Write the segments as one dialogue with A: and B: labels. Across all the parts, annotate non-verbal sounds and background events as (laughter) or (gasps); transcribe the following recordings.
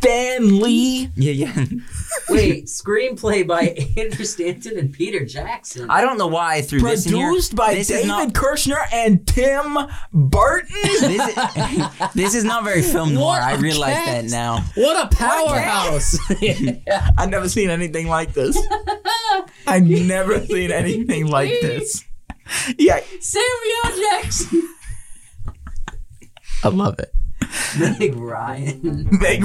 A: Stan Lee.
B: Yeah, yeah.
C: Wait, (laughs) screenplay by Andrew Stanton and Peter Jackson.
B: I don't know why I threw this in here.
A: Produced by
B: this
A: David
B: Is not,
A: Kirshner and Tim Burton. (laughs)
B: this, is, (laughs) this is not very film noir.
D: What
B: I
D: a
B: realize that
D: cast.
B: now.
D: What a
B: (laughs)
D: powerhouse!
A: I've never seen anything like (laughs) this. I've never seen anything like this. Yeah,
C: Samuel (laughs) Jackson.
D: I love it.
C: Meg Ryan.
A: (laughs) Meg.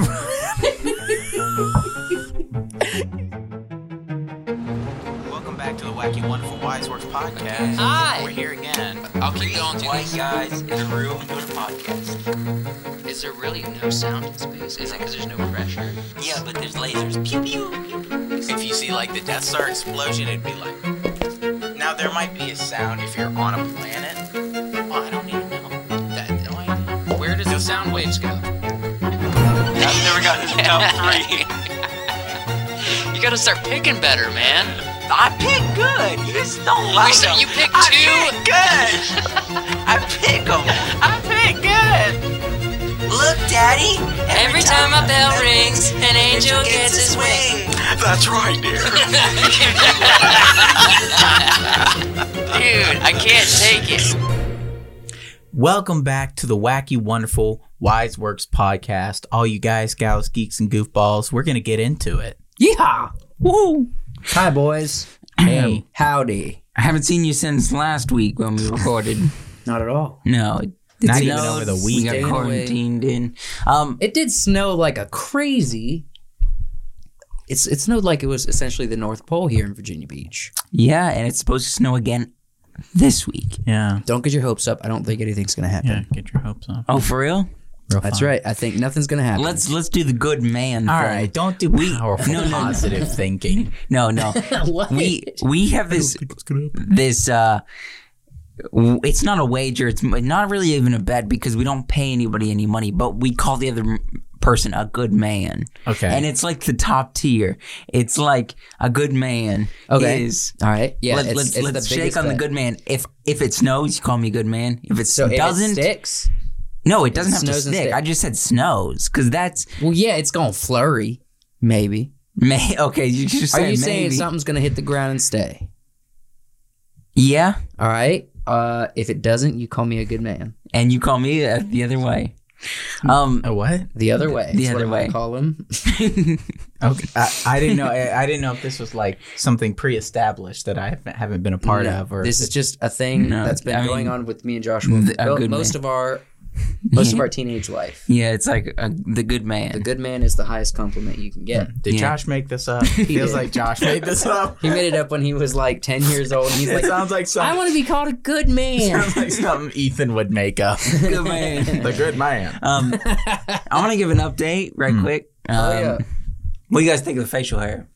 E: Welcome back to the Wacky Wonderful Wise Works podcast.
D: Hi.
E: We're here again.
D: I'll keep going to
E: White guys in a room doing a podcast.
D: Is there really no sound in space? Is it because there's no pressure?
E: Yeah, but there's lasers. Pew pew. pew, pew. If you see like the Death Star explosion, it'd be like. Now there might be a sound if you're on a planet. Well, I don't even know.
D: That, no idea. Where does the sound waves go?
E: I've never gotten
D: (laughs)
E: to top three.
D: You gotta start picking better, man.
E: I pick good. You just don't like
D: said
E: 'em.
D: you pick
E: I
D: two.
E: pick good. I pick 'em. I pick good. Look, Daddy.
D: Every time a bell rings, an angel
E: It's
D: gets
E: his
D: his wing.
E: wing. That's right, dear.
D: (laughs) Dude, I can't take it.
B: Welcome back to the Wacky Wonderful Wise Works podcast. All you guys, gals, geeks, and goofballs, we're gonna get into it.
D: Yeehaw!
B: Woo!
D: Hi, boys.
B: Hey,
D: Howdy.
B: I haven't seen you since last week when we recorded.
F: Not at all.
B: No, not even
D: snow.
B: over the
D: It's
B: weekend.
D: staying away.
B: quarantined in. Um,
F: It did snow like a crazy. It's it snowed like it was essentially the North Pole here in Virginia Beach.
B: yeah, and it's supposed to snow again this week. Yeah.
F: Don't get your hopes up. I don't think anything's gonna happen.
A: get your hopes up.
B: Oh, for real?
F: That's right. I think nothing's gonna happen. (laughs)
B: Let's let's do the good man.
A: All
B: thing.
A: right, don't do
B: We-
A: powerful
B: no, no, no.
A: positive (laughs) thinking.
B: No, no.
F: What?
B: we we have this this uh w- it's not a wager it's m- not really even a bet because we don't pay anybody any money but we call the other m- person a good man
A: Okay.
B: and it's like the top tier it's like a good man
F: Okay.
B: is
F: all right. Yeah.
B: let,
F: it's,
B: let's
F: it's
B: let's
F: the
B: shake
F: biggest
B: on the
F: thing.
B: good man. If if it snows, you call me good man. If it
F: So if
B: doesn't,
F: it sticks.
B: no, it doesn't
F: it
B: have to
F: snows and
B: stick.
F: stick.
B: I just said snows because that's
F: Well, yeah, it's gonna flurry. Maybe.
B: may. (laughs) Okay, you just
F: Are
B: said
F: you saying
B: maybe.
F: something's gonna hit the ground and stay?
B: yeah,
F: All right. Uh, if it doesn't, you call me a good man.
B: and you call me uh, the other way.
F: Hmm.
B: Um,
A: A what?
F: The other way.
B: The
F: is
B: other
F: what I
B: way.
F: Call him.
A: Okay, I, I didn't know. I, I didn't know if this was like something pre-established that I haven't, haven't been a part
F: No,
A: of, or
F: this is just a thing
B: No,
F: that's been
B: I
F: going
B: mean,
F: on with me and Joshua
B: th- a
F: mo-
B: good
F: most
B: man.
F: of our most of our teenage
B: (laughs)
F: life.
B: (laughs) Yeah, it's like uh, the good man.
F: The good man is the highest compliment you can get.
A: did
B: yeah.
A: Josh make this up? Feels
F: did.
A: like Josh made this up.
F: He made it up when he was like ten years old, and
B: (laughs)
F: he's
A: it
F: like,
A: sounds like
F: "I
A: something. (laughs)
F: want to be called a good man."
A: sounds like something Ethan would make up.
B: good
F: (laughs)
B: man.
A: the good man.
B: um, I want to give an update right quick. Um,
F: Oh, yeah.
B: What do you guys think of the facial hair?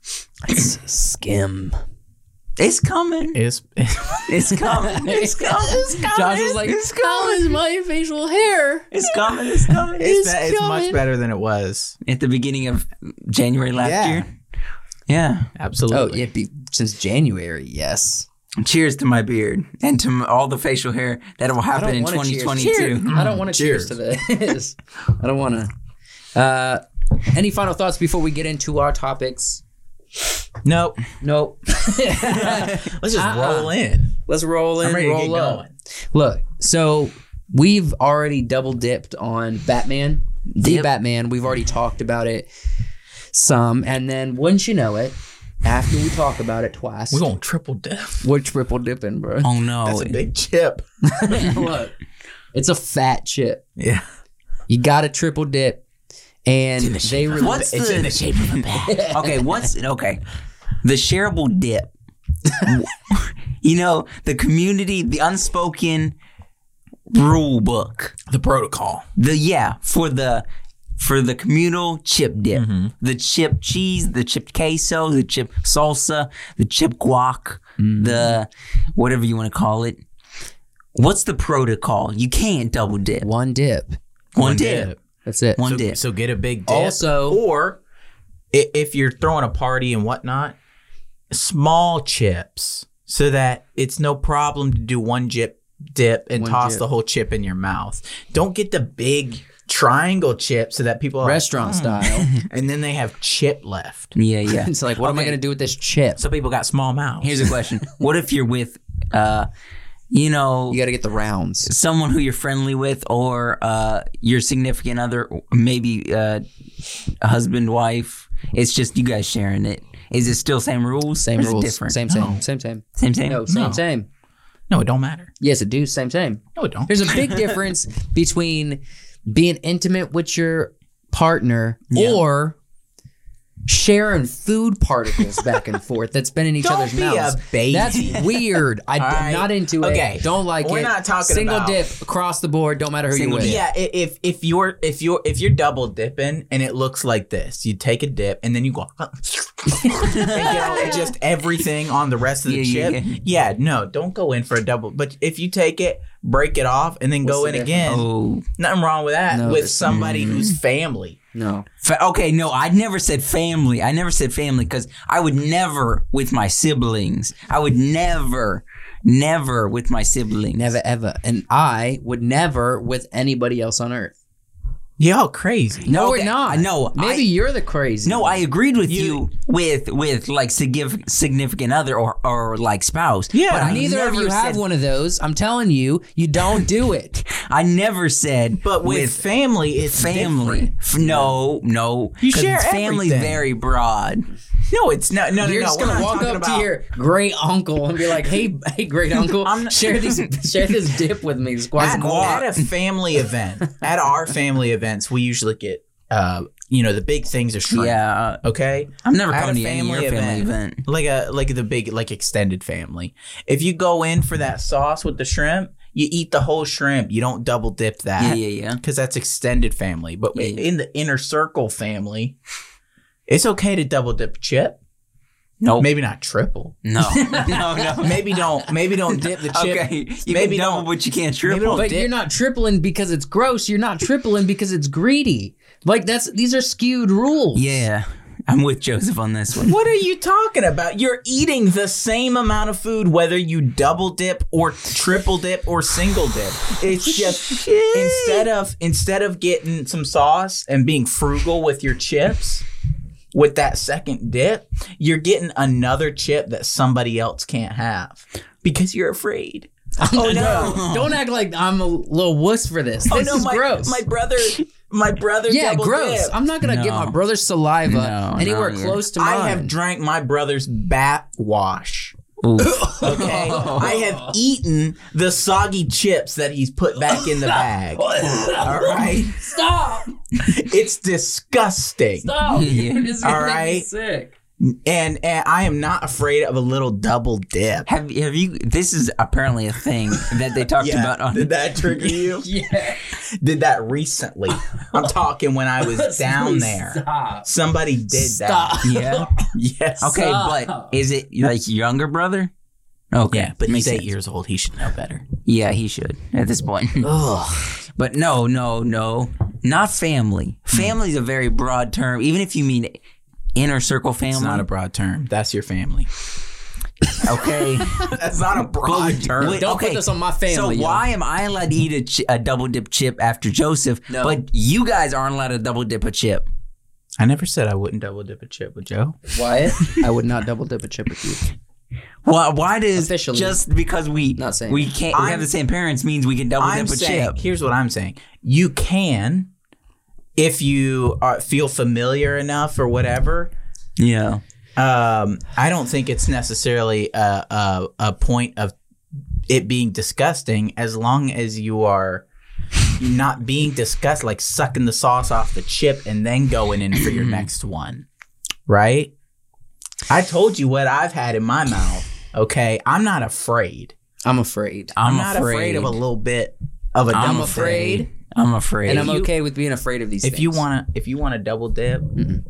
F: Skim.
B: It's coming.
A: Is
B: It's
F: (laughs)
B: coming. It's coming. it's coming.
F: Josh was like,
B: it's
F: "How
B: coming.
F: is my facial hair?"
B: It's coming. It's coming.
A: it's,
F: It's
A: be- it's much
F: coming.
A: better than it was.
B: At the beginning of January last
A: Yeah.
B: year. Yeah.
F: Oh
A: Absolutely.
F: yeah, be, since January, yes.
B: Cheers to my beard and to m- all the facial hair that will
F: I
B: happen
F: don't
B: in
F: want to cheers.
B: 2022.
F: I don't want to Hmm. cheers. to this. (laughs) I don't want to. Uh, any final thoughts before we get into our topics?
A: Nope.
F: Nope. (laughs)
A: Let's just
F: Uh-uh.
A: roll in.
F: Let's roll in.
A: I'm ready to
F: roll
A: get
F: up.
A: going.
F: Look, so we've already double dipped on Batman, the
B: Yep.
F: Batman. We've already talked about it some, and then wouldn't you know it, after we talk about it twice,
A: We're going triple death.
F: we're triple dipping, bro.
B: Oh no.
A: That's a big chip.
F: Look, (laughs) it's a fat chip.
A: Yeah.
F: You got to triple dip, and they released.
B: What's
A: It's
B: the,
A: in the shape of a
B: bag. okay, what's okay? The shareable dip. you know, the community, the unspoken rule book.
A: The protocol.
B: The yeah, for the for the communal chip dip. The chip cheese, the chip queso, the chip salsa, the chip guac, the whatever you want to call it. What's the protocol? You can't double dip. One,
F: One dip.
B: dip.
F: That's it.
B: One
A: So,
B: (laughs) dip.
A: so get a big dip.
F: Also-
A: or i- if you're throwing a party and whatnot, small chips so that it's no problem to do one chip dip and
F: One
A: toss
F: chip.
A: the whole chip in your mouth. Don't get the big triangle chip so that people are like,
F: Restaurant
A: "Mm."
F: style.
A: and then they have chip left.
B: Yeah, (laughs) yeah.
F: It's like, what am I
B: Okay.
F: gonna do with this chip?
A: So people got small mouths.
B: Here's a question: What if you're with, uh, you know,
F: You got to get the rounds.
B: someone who you're friendly with, or uh, your significant other, maybe uh, husband, wife? It's just you guys sharing it. Is it still same rules?
F: Same
B: Or is it
F: rules.
B: different?
F: Same, same, same, same.
B: Same, same.
F: No, same,
A: Oh. No.
F: same.
A: no, it don't matter.
F: Yes, it do. Same, same.
A: No, it don't.
F: There's a big difference between being intimate with your partner
B: Yeah.
F: or sharing food particles back and forth that's been in each
A: Don't
F: other's
A: be
F: mouths.
A: a baby.
F: That's weird. I'm
A: All right.
F: not into it.
A: Okay.
F: Don't like
A: We're
F: it.
A: not talking
F: single
A: about-
F: dip across the board. Don't matter who
B: Single
F: you're
B: dip.
F: with.
A: Yeah, i- if if you're if you're if you're double dipping and it looks like this, you take a dip and then you go and get all- just everything on the rest of the
B: Yeah, yeah,
A: chip. Yeah, no, don't go in for a double. But if you take it, break it off, and then
F: What's
A: go
F: the
A: in
F: difference?
A: again,
B: (laughs) Oh, mm-hmm.
A: nothing wrong with that.
F: No,
A: with
F: there's some-
A: somebody who's family,
F: No.
B: Fa- okay, no, I never said family. I never said family because I would never with my siblings. I would never, never with my siblings.
F: Never ever. And I would never with anybody else on earth.
A: y'all crazy.
F: No,
B: okay,
F: we're not.
B: I know.
F: Maybe
B: I-
F: you're the crazy.
B: No, I agreed with you,
A: You-
B: with with like signif- significant other or or like spouse.
A: Yeah,
B: but I
F: Neither of
B: never
F: you have
B: said-
F: one of those. I'm telling you, you don't do it.
B: I never said.
A: But with, family, it's
B: family,
A: different.
B: F- no, no.
A: You
B: 'cause
A: share
B: family's
A: everything.
B: very broad.
A: No, it's not. No, no,
F: You're
A: no.
F: just
A: we're
F: gonna
A: not
F: walk
A: talking
F: up
A: about-
F: to your great uncle and be like, "Hey, hey,
A: (laughs)
F: great uncle,
A: I'm not- (laughs)
F: share these, share this dip with me,
A: at,
F: squash
A: at a
B: (laughs)
A: family event. At our family events, we usually get uh, you know, the big things are shrimp.
B: Yeah,
A: Okay,
B: I'm never
A: At a
B: coming to any of your
A: family
B: family event.
A: like a like the big like extended family. If you go in for that sauce with the shrimp, you eat the whole shrimp. You don't double dip
B: Yeah,
A: that
B: yeah, yeah.
A: because that's extended family. But
B: Yeah, yeah.
A: in the inner circle family, it's okay to double dip chip.
B: Nope.
A: maybe not
B: (laughs)
A: triple. (laughs)
B: No, no, no.
A: Maybe don't maybe don't dip
B: (laughs)
A: the chip.
B: Okay, you
A: Maybe
B: can double,
A: don't-
B: but you can't
A: Maybe
B: triple.
A: don't
F: But
A: dip-
F: you're not tripling because it's gross. You're not tripling because it's greedy. Like that's these are skewed rules.
B: yeah, I'm with Joseph on this one.
A: What are you talking about? You're eating the same amount of food whether you double dip or triple dip or single dip.
F: (laughs)
A: It's just instead of instead of getting some sauce and being frugal with your chips with that second dip, you're getting another chip that somebody else can't have because you're afraid.
F: (laughs) Oh no! Don't act like I'm a little wuss for this. This is
A: Oh, my,
F: gross.
A: my brother my brother
F: yeah,
A: double
F: gross.
A: dipped.
F: I'm not gonna get
B: No.
F: my brother's saliva
B: No,
F: anywhere
B: no, yeah.
F: close to mine.
A: I have drank my brother's bat wash. (laughs)
B: Oof.
A: Okay. I have eaten the soggy chips that he's put back in the bag. All
F: (laughs)
A: right.
G: Stop!
A: It's disgusting.
G: Stop!
B: (laughs) Yeah.
G: This is gonna
A: All
G: make me
A: right.
G: Sick.
A: And, and I am not afraid of a little double dip.
B: Have have you? This is apparently a thing that they talked about on.
A: Did that (laughs) trigger you?
G: Yeah.
A: Did that recently. I'm talking when I was down
G: Please
A: there.
G: Stop.
A: Somebody did
F: Stop.
A: that.
B: (laughs) yeah.
A: Yes.
B: Okay,
G: Stop.
B: but is it like younger brother? Okay,
A: Yeah, but
B: makes
A: he's eight
B: sense.
A: years old. He should know better.
B: Yeah, he should at
A: (laughs)
B: this point.
F: Ugh.
B: But no, no, no, not family. Family's a very broad term. Even if you mean inner circle family,
A: It's not a broad term. That's your family. (laughs)
B: okay.
A: That's not a broad term.
B: Wait,
F: Don't
B: okay.
F: put this on my family.
B: so
F: yo.
B: why am I allowed to eat a, chi- a double dip chip after Joseph,
F: No.
B: but you guys aren't allowed to double dip a chip?
A: I never said I wouldn't double dip a chip with Joe.
F: Wyatt? I would not double dip a chip with you.
B: Why? Why does
F: Officially.
B: just because we
F: Not saying.
B: we can't we
A: I'm-
B: have the same parents means we can double
A: I'm
B: dip a
A: saying,
B: chip?
A: Here's what I'm saying. You can, if you are, feel familiar enough or whatever.
B: Yeah.
A: Um, I don't think it's necessarily a, a, a point of it being disgusting as long as you are not being disgust, like sucking the sauce off the chip and then going in for your next one. Right? I told you what I've had in my mouth. Okay. I'm not afraid.
F: I'm afraid.
A: I'm,
B: I'm,
A: not afraid. of a little bit of a
B: I'm
A: double
B: afraid.
A: thing.
B: I'm afraid.
F: And I'm
A: If you-
F: okay with being afraid of these
A: if
F: things.
A: you want to if you want to double dip
F: Mm-mm.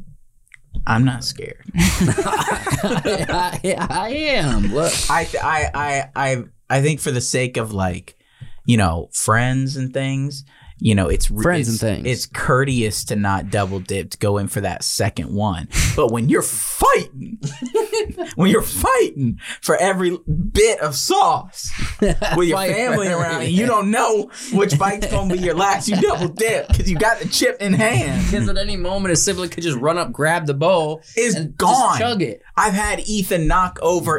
A: i'm not scared
F: (laughs) I, I am. Look.
A: I, th- I i i i think for the sake of like you know friends and things
E: you know, it's re-
F: Friends
E: it's-
F: and things.
E: It's courteous to not double dip to go in for that second
F: (laughs)
E: one. But when you're fighting, (laughs) when you're fighting for every bit
F: (laughs)
E: of sauce with your
F: Fight.
E: family around, and you don't know which bite's gonna be your last, you double dip because you got the chip in hand.
F: Because at any moment, a sibling could just run up, grab the bowl,
E: It's
F: and just
E: gone.
F: chug it.
E: I've had Ethan knock over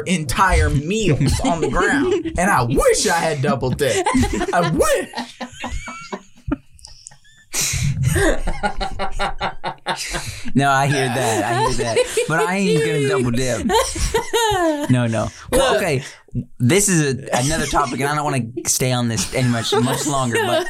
F: (laughs)
E: entire meals on the ground, and I wish I had double dip. I wish.
B: No, I hear that. I hear that. But I ain't gonna
F: (laughs)
B: double dip. No, no. Well, okay, this is a, another topic, and I don't want to stay on this any much much longer. But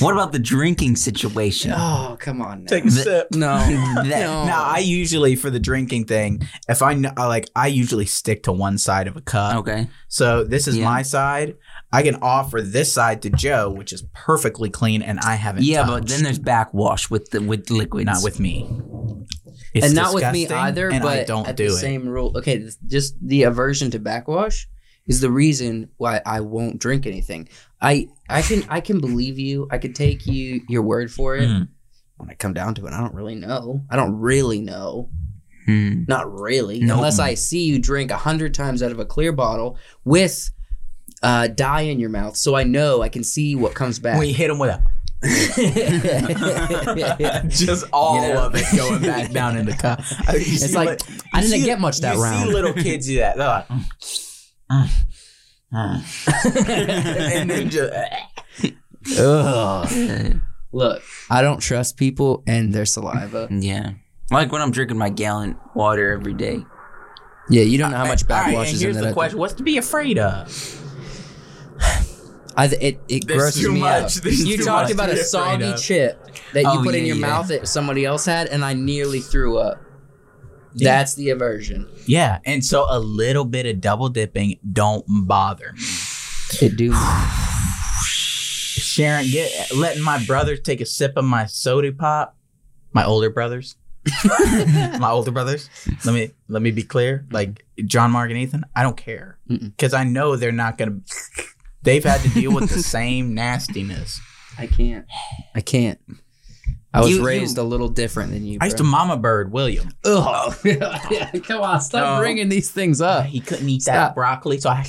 B: what about the drinking situation?
F: Oh, come on. Now.
E: Take a sip.
B: (laughs)
F: no.
B: That-
F: No.
E: No, I usually for the drinking thing, if I kn- I like, I usually stick to one side of a cup.
B: Okay.
E: So this is
B: Yeah.
E: my side. I can offer this side to Joe, which is perfectly clean, and I haven't.
B: Yeah, but
E: touched.
B: then there's backwash with the with liquids.
E: not with me, It's
F: and not with me
E: disgusting,
F: either,
E: And
F: but
E: I don't
F: at
E: do
F: the
E: it. (laughs)
F: same rule. Okay, th- just the aversion to backwash is the reason why I won't drink anything. I I can I can believe you. I can take you your word for it.
E: Mm-hmm.
B: Mm.
F: When I come down to it, I don't really know. I don't really know.
B: Hmm.
F: Not really.
B: No.
F: Unless I see you drink a hundred times out of a clear bottle with uh, dye in your mouth, so I know I can see what comes back. (laughs)
E: (laughs) We hit him with a just all
F: You know?
E: of it going back down in the
F: (laughs)
E: cup.
F: It's like I didn't get much that
E: you
F: round.
E: See little kids do that, They're like,
F: Ah.
E: and then just,
F: Ugh.
B: Uh,
F: Look, I don't trust people and their saliva.
B: yeah. Like when I'm drinking my gallon water every day.
F: (laughs) Yeah, you don't know how much
E: All right,
F: backwash
E: and
F: is in
E: here's
F: that.
E: the question: What's to be afraid of?
F: I, th- it it
E: There's
F: grosses
E: too
F: me
E: much.
F: out.
E: There's
F: You
E: too
F: talked
E: much
F: about
E: to
F: a
E: be afraid
F: soggy
E: of.
F: chip that you
B: Oh,
F: put in
B: yeah,
F: your
B: yeah.
F: mouth that somebody else had, and I nearly threw up.
E: Yeah.
F: That's the aversion.
E: Yeah, and so a little bit of double dipping don't bother. me.
F: It do.
E: Sharon, get letting my brothers take a sip of my soda pop. My older brothers, my
F: (laughs)
E: older brothers. Let me let me be clear. Like John, Mark, and Ethan, I don't care
F: Mm-mm.
E: because I know they're not gonna. They've had to
F: (laughs)
E: deal with the (laughs) same nastiness.
F: I can't. I can't. I was
B: You- you-
F: raised a little different than you.
E: I used to
F: bro.
E: mama bird William.
F: Ugh. (laughs) Come on, stop
E: No.
F: bringing these things up.
E: he couldn't eat
F: Stop.
E: that broccoli, so I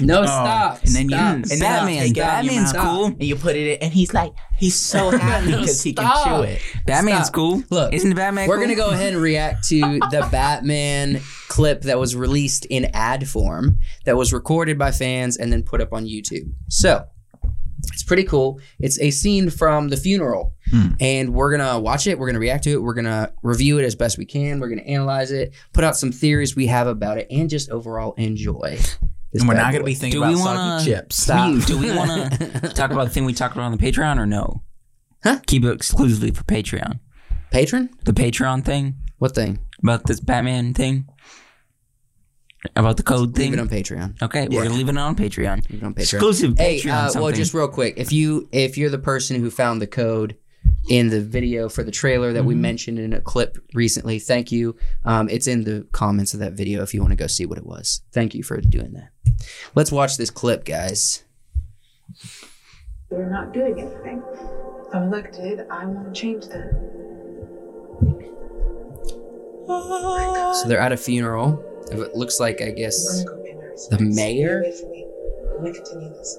F: No, stop.
E: and then you-
F: stop,
B: and
E: then
F: stop,
E: Batman-
F: take it out of your
B: Batman's
F: mouth.
B: cool.
E: and you put it in, and he's like, he's so
F: (laughs)
E: happy
F: No,
E: because he can
F: stop.
E: chew it.
B: Batman's
F: Stop.
B: cool.
F: Look,
B: isn't Batman?
F: We're
B: cool?
F: gonna go ahead and react to
E: (laughs)
F: the Batman clip that was released in ad form that was recorded by fans and then put up on YouTube. So it's pretty cool. It's a scene from the funeral,
E: Hmm.
F: and we're gonna watch it. We're gonna react to it. We're gonna review it as best we can. We're gonna analyze it, put out some theories we have about it, and just overall enjoy. This
E: And we're
F: bad
E: not gonna
F: boy.
E: be (laughs) thinking
B: Do we
E: about
B: wanna-
E: soggy chips.
F: stop.
B: Do we want to talk about the thing we talked about on the Patreon or no?
F: Huh?
B: Keep it exclusively for Patreon.
F: (laughs) patron?
B: The Patreon thing
F: What thing?
B: about this Batman thing, about the code
F: Leave
B: thing.
F: it on Patreon.
B: okay, we're gonna leave it on Patreon.
F: Leave it on Patreon.
B: Exclusive
F: Hey,
B: Patreon.
F: uh, well,
B: something.
F: just real quick, if you if you're the person who found the code in the video for the trailer that we mentioned in a clip recently, thank you. Um, it's in the comments of that video if you want to go see what it was. Thank you for doing that. Let's watch this clip, guys.
H: They're not doing anything. I'm elected. I want to change that.
F: So they're at a funeral. It looks like, I guess, the mayor.
H: Wait for me. I'm gonna continue this.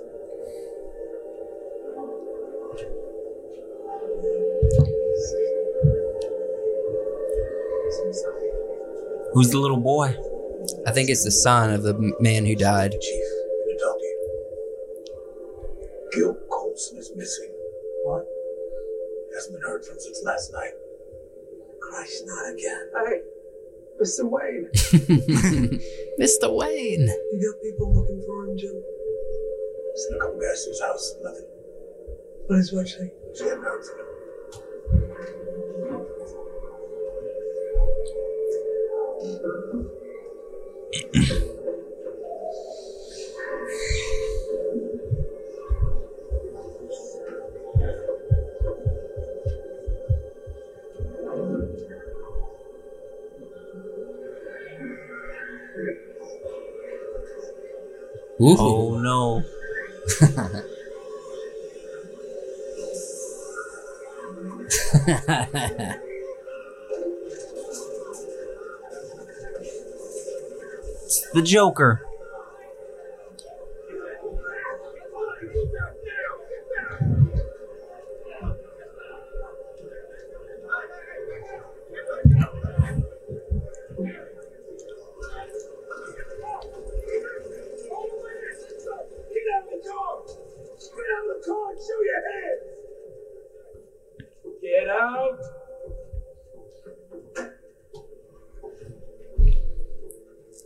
H: So sorry.
B: who's the little
F: (laughs)
B: boy?
F: I think it's the son of the m- man who died.
I: Chief, you don't Gil Colson is missing. What? Hasn't been heard from since last night. Christ, not again.
H: Hey, Mr. Wayne,
F: Mr. Wayne.
H: you got people looking for him, Jim.
I: Sent a couple guys to his house, nothing.
H: What is what saying?
I: She hadn't heard from him.
F: Ooh. Oh, (laughs)
B: Oh no! It's the Joker.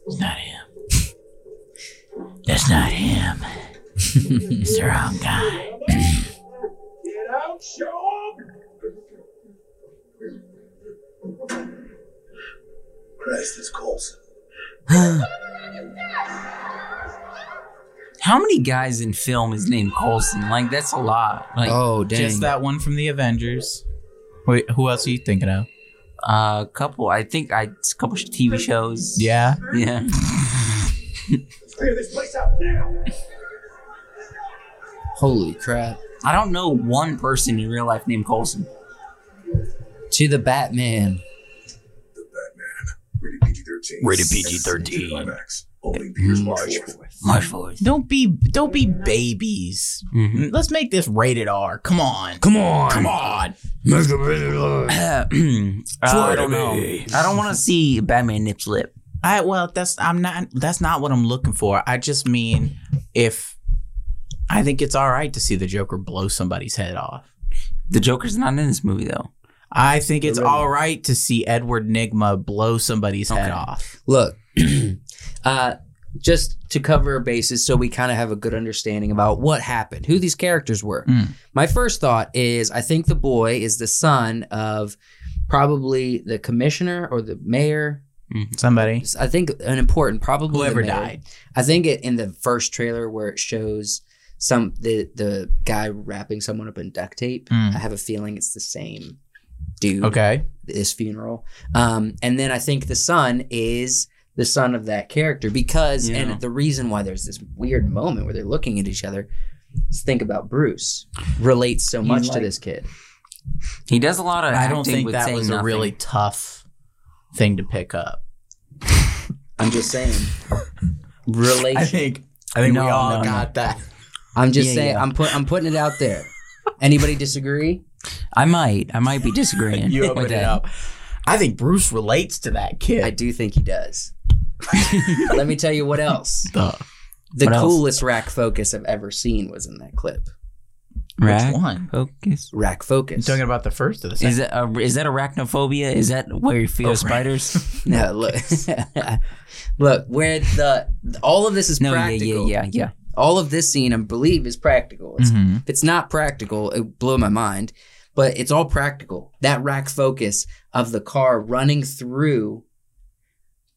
E: It's not him. That's not him. (laughs) it's the wrong guy.
I: Christ is Colson.
B: How many guys in film is named Colson? Like that's a lot. Like
F: oh dang!
E: Just that one from the Avengers. Wait, who else are you thinking of?
B: uh, a couple. I think I it's a couple TV shows.
E: Yeah.
B: Yeah.
I: Clear this place out now.
F: Holy crap!
B: I don't know one person in real life named Colson.
F: To the Batman.
I: The Batman. Rated PG-13.
B: Rated
I: PG-13. IMAX. Only Pierce March.
B: March fourth.
E: Don't be don't be babies. Mm,
B: Mhm.
E: Let's make this rated R. Come on. Come on. Come on.
B: Uh, (clears throat) I don't know. I don't want to see Batman nips lip.
E: I well, that's I'm not that's not what I'm looking for. I just mean if I think it's all right to see the Joker blow somebody's head off.
B: The Joker's not in this movie though.
E: I think it's all right to see Edward Nigma blow somebody's head off.
F: Look, (clears throat) uh, just to cover bases, so we kind of have a good understanding about what happened, who these characters were.
E: Mm.
F: My first thought is, I think the boy is the son of probably the commissioner or the mayor.
E: Hmm. Somebody.
F: I think an important, probably the
E: Whoever
F: mayor.
E: died.
F: I think it, in the first trailer where it shows some the the guy wrapping someone up in duct tape.
E: Mm.
F: I have a feeling it's the same dude.
E: Okay.
F: This funeral, um, and then I think the son is the son of that character because
B: Yeah.
F: and the reason why there's this weird moment where they're looking at each other. Let's think about Bruce relates so much to this kid.
B: He does a lot of.
E: I
B: acting
E: don't think
B: with
E: that
B: saying
E: was a
B: nothing.
E: really tough thing to pick up.
F: I'm just saying.
B: (laughs)
F: Relation.
E: I think I think
B: No,
E: we all
B: no, no.
E: got that.
F: I'm just
B: Yeah,
F: saying.
B: yeah.
F: I'm put. I'm putting it out there. Anybody disagree?
B: I might. I might be
E: (laughs)
B: disagreeing.
E: You
B: with
E: opened it
B: that.
E: up. I think Bruce relates to that kid.
F: I do think he
B: (laughs)
F: does. Let me tell you what else.
E: the
F: The
B: What else?
F: coolest rack focus I've ever seen was in that clip.
B: Rack
E: Which one?
B: focus.
F: Rack
E: I'm
F: focus.
E: talking about the first of the second.
B: Is that a, is that arachnophobia? Is that where you fear
E: Oh,
B: of spiders?
F: No, look,
B: (laughs)
F: look, where the all of this is
B: No, yeah, yeah, Mm-hmm.
F: practical.
B: yeah, yeah.
F: All of this scene, I believe, is practical. It's, mm-hmm.
E: Mhm.
F: If it's not practical, it would blow my mind. But it's all practical. That rack focus of the car running through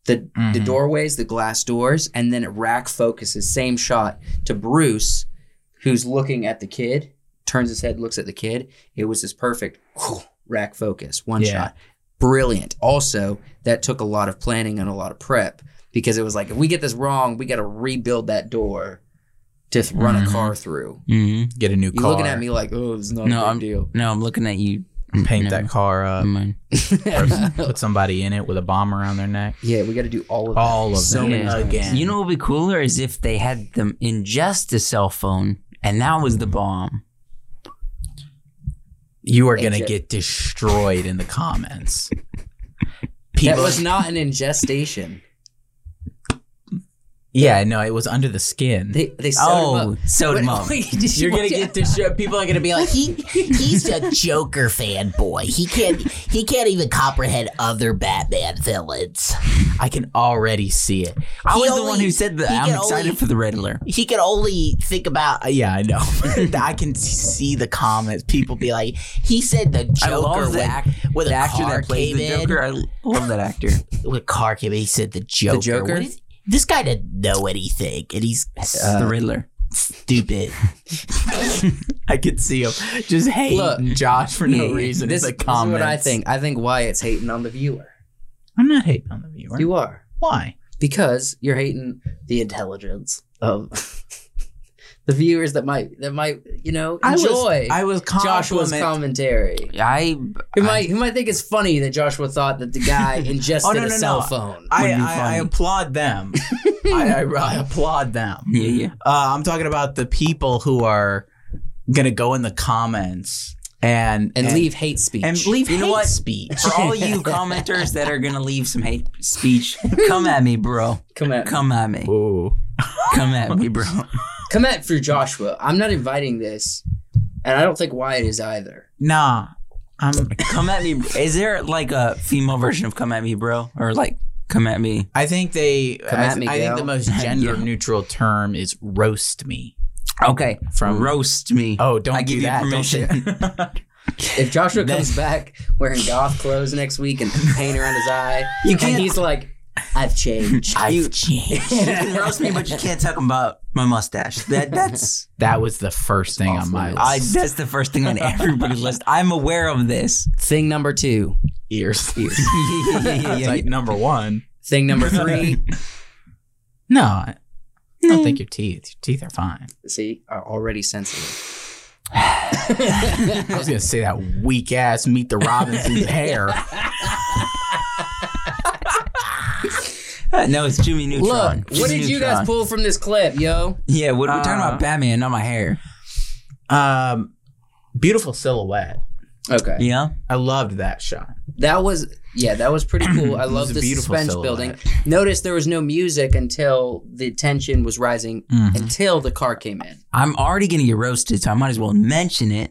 F: the the
B: Mm-hmm.
E: Mhm.
F: doorways, the glass doors, and then it rack focuses. Same shot to Bruce, who's looking at the kid, turns his head, looks at the kid. It was this perfect whew, rack focus, one
E: Yeah.
F: shot. Brilliant. Also, that took a lot of planning and a lot of prep because it was like, if we get this wrong, we got to rebuild that door to th- run a car through.
B: hmm
E: Get a new
F: You're
E: car.
F: looking at me like, oh, it's not
B: No,
F: a big
B: I'm-
F: (laughs) deal.
B: No, I'm looking at you.
E: Paint
B: Never
E: that car up. (laughs)
B: mind.
F: (laughs)
E: put somebody in it with a bomb around their neck.
F: yeah, we got to do all of that.
E: All of
F: so
E: them
F: many times.
E: again.
B: You know what would be cooler is if they had them in just a cell phone, and that was the bomb.
E: you are gonna
F: Exit.
E: get destroyed in the comments.
F: That
E: People,
F: was (laughs) not an ingestation.
E: yeah, no, it was under the skin.
F: They they sewed him
B: Oh,
F: up.
B: soda
F: What-
E: (laughs)
B: mom. (laughs)
F: wait, did
E: You're
F: you-
E: gonna get destroyed. People are gonna be like,
J: he he's a Joker fanboy. He can't he can't even comprehend other Batman villains.
E: I can already see it.
B: I
J: He
B: was the
J: only-
B: one who said that.
J: he
B: I'm
J: can
B: excited
J: only-
B: for the Riddler.
J: He can only think about
E: Uh, yeah, I know. (laughs)
J: I can see the comments. People be like, he said the Joker
B: I love the,
J: when,
B: act,
J: when
B: the
J: the
B: actor
J: car
B: that
J: came
B: plays the
J: in.
B: Joker. I love that actor.
J: when Carr came in, he said the Joker.
F: Joker?
J: What is- this guy didn't know anything, and he's
E: Uh,
B: the Riddler.
J: stupid.
E: I could see him just hating
F: Look.
E: Josh for
B: Yeah,
E: no
B: yeah.
F: (laughs)
E: reason.
F: This,
E: in the
F: this is what
E: comments.
F: I think. I think Wyatt's hating on the viewer.
E: I'm not hating on the viewer.
F: You are
E: Why?
F: because you're hating the intelligence of (laughs) the viewers that might that might you know
E: I was-
F: enjoy
E: I was
F: Joshua's
E: compliment-
F: commentary.
B: I
F: Who might who might think it's funny that Joshua thought that the guy ingested
E: (laughs) Oh, no,
F: a
E: no, no.
F: cell phone?
E: I,
B: Would be
E: I, I
B: funny.
E: applaud (laughs) them. I, I, I applaud them.
B: yeah yeah.
E: Uh, I'm talking about the people who are gonna go in the comments and
F: and leave hate speech.
E: and leave
B: You know
E: hate
B: what?
E: speech.
B: (laughs) For all you commenters that are gonna leave some hate speech, come at me, bro.
F: come at
B: Come at me.
E: Ooh.
B: Come at me, bro. (laughs)
F: come at for Joshua. I'm not inviting this, and I don't think Wyatt is either.
E: Nah. I'm,
B: Come at me. Is there like a female version of "Come at me, bro" or like "Come at me"?
E: I think they.
F: Come
E: I,
F: at me,
E: I think
F: Gail.
E: the most gender neutral term is roast me.
B: Okay,
E: From-
B: roast me.
E: Oh, don't
B: I give
E: do
B: you
E: that. Don't
B: permission. (laughs)
E: do-
F: If Joshua
B: Then-
F: comes back wearing goth clothes next week and paint around his eye,
B: You
F: and
B: can't-
F: he's like,
B: (laughs)
F: "I've changed."
B: you, you can roast me, but you can't talk about my mustache. That that's
E: that was the first thing on my list. (laughs)
B: I. That's the first thing on everybody's list. I'm aware of this.
F: Thing number two.
E: ears. (laughs) ears.
B: yeah, yeah, yeah,
E: It's
B: yeah,
E: like number one.
F: Thing number three.
E: No, I I don't think your teeth. Your teeth are fine.
F: (laughs) See, are already sensitive.
E: I was gonna say that weak ass meet the Robinsons hair.
B: yeah. Uh, No, it's Jimmy Neutron.
F: Look,
B: Jimmy
F: what did you
B: Neutron.
F: guys pull from this clip, yo?
B: Yeah, what, we're talking
E: Uh,
B: about Batman, not my hair.
E: Um, beautiful silhouette.
F: Okay.
B: Yeah,
E: I loved that shot.
F: That was yeah, that was pretty cool. I
E: It was
F: love
E: a
F: the
E: beautiful
F: suspense
E: silhouette.
F: building. Notice there was no music until the tension was rising until the car came in.
B: I'm already gonna get roasted, so I might as well mention it.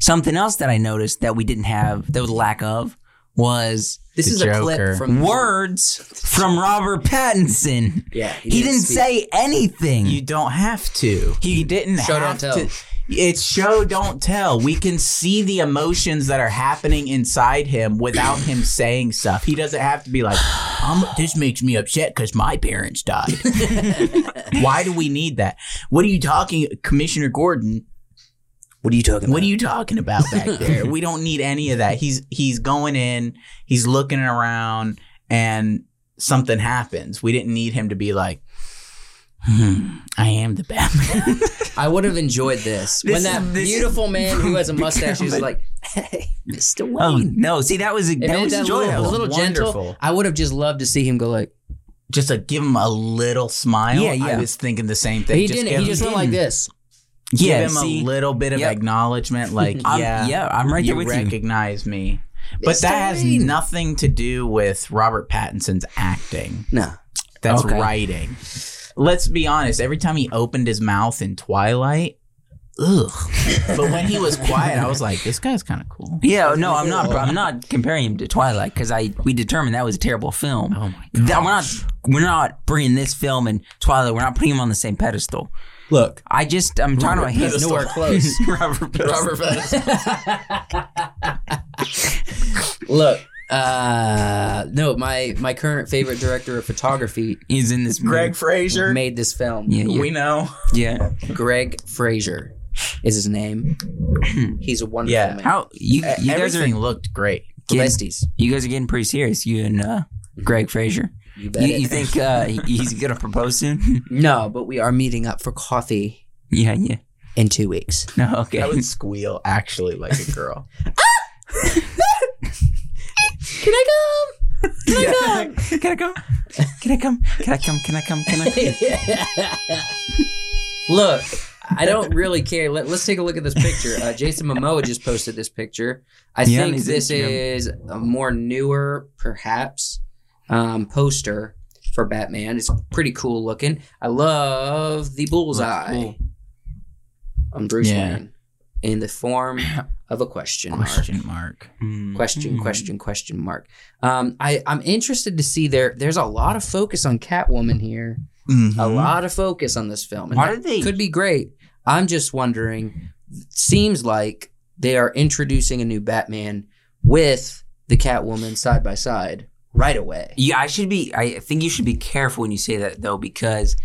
B: Something else that I noticed that we didn't have, that was lack of, was
F: This
E: The
F: is a
E: Joker.
F: clip from
B: words from Robert Pattinson.
F: Yeah,
B: He, didn't
F: speak.
B: say anything.
E: You don't have to. He didn't
F: Show,
E: have
F: don't tell.
E: to. It's show don't tell. We can see the emotions that are happening inside him
F: (clears throat)
E: without him saying stuff. He doesn't have to be like, um, "This makes me upset because my
F: (laughs)
E: parents died." Why do we need that? What are you talking, Commissioner Gordon?
B: what are you talking
E: What are you talking about back
F: (laughs)
E: there? we don't need any of that. He's he's going in. He's looking around, and something happens. We didn't need him to be like, hmm, "I am the Batman."
F: I would have enjoyed this.
B: This
F: when
B: is-
F: that
B: this is-
F: beautiful man who
B: (laughs)
F: has a mustache is like, "Hey, Mr.
B: Oh
F: Wayne."
B: no! See, that was a,
F: If it
B: that
F: was
B: was
F: that little,
B: enjoyable.
F: a little gentle,
E: Wonderful.
F: I would have just loved to see him go like.
E: just to give him a little smile.
B: Yeah, yeah.
E: I was thinking the same
F: But
E: thing.
F: he didn't.
E: Give, Mm.
F: He just went like
B: didn't.
F: this.
E: give
B: yeah,
E: him
B: see,
E: a little bit of
B: Yep.
E: acknowledgement. Like,
B: I'm,
E: yeah,
B: yeah, I'm right there
E: you
B: with you.
E: recognize me. But
F: Mr.
E: that has
F: Wayne.
E: nothing to do with Robert Pattinson's acting.
F: No.
E: That's
B: Okay.
E: writing. Let's be honest. Every time he opened his mouth in Twilight, ugh. but when he was quiet, I was like, this guy's kind of cool.
B: Yeah, no, I'm not. I'm not comparing him to Twilight because I we determined that was a terrible film.
E: Oh my
B: That- we're not we're not bringing this film and Twilight. We're not putting him on the same pedestal.
E: Look,
B: I just I'm talking about his
E: Pedestal.
F: Nowhere close.
B: (laughs) Robert pedestal.
F: (laughs) Look, uh, no, my my current favorite director of photography
B: is in this movie.
E: Greg Fraser.
F: made this film.
B: Yeah, yeah,
E: We know.
B: yeah.
F: Greg Fraser is his
E: (clears throat)
F: name. He's a wonderful
E: Yeah.
F: man.
B: How you
E: E-
B: you guys are
E: Everything looked great.
B: getting,
F: Besties.
B: you guys are getting pretty serious. You and uh, Greg Fraser.
F: You bet.
B: You,
F: it.
B: you think uh, he- he's gonna propose soon? (laughs)
F: no, but we are meeting up for coffee
B: yeah, yeah.
F: in
B: (laughs)
F: two weeks.
B: No, okay.
E: I would squeal actually like a girl.
F: Can I come?
B: Yeah. Can I come? Can I come? Can I come? Can I come?
F: (laughs)
B: Can I?
F: Look, I don't really care. Let, us take a look at this picture. Uh, Jason Momoa just posted this picture. I
B: Yeah, on
F: think
B: his
F: this
B: Instagram.
F: is a more newer, perhaps, um, poster for Batman. It's pretty cool looking. I love the bullseye
B: Cool.
F: on Bruce
E: Yeah.
F: Wayne in
B: (coughs)
F: the form of a question mark.
E: Question mark.
B: Mm.
F: Question,
B: Mm.
F: question, question mark. Um, I, I'm interested to see there. There's a lot of focus on Catwoman here
E: Mm-hmm.
F: a lot of focus on this film. And
B: Hmm? Why
F: that
B: did they-
F: could be great. I'm just wondering. Seems like they are introducing a new Batman with the Catwoman side by side right away.
B: Yeah, I should be. I think you should be careful when you say that though, because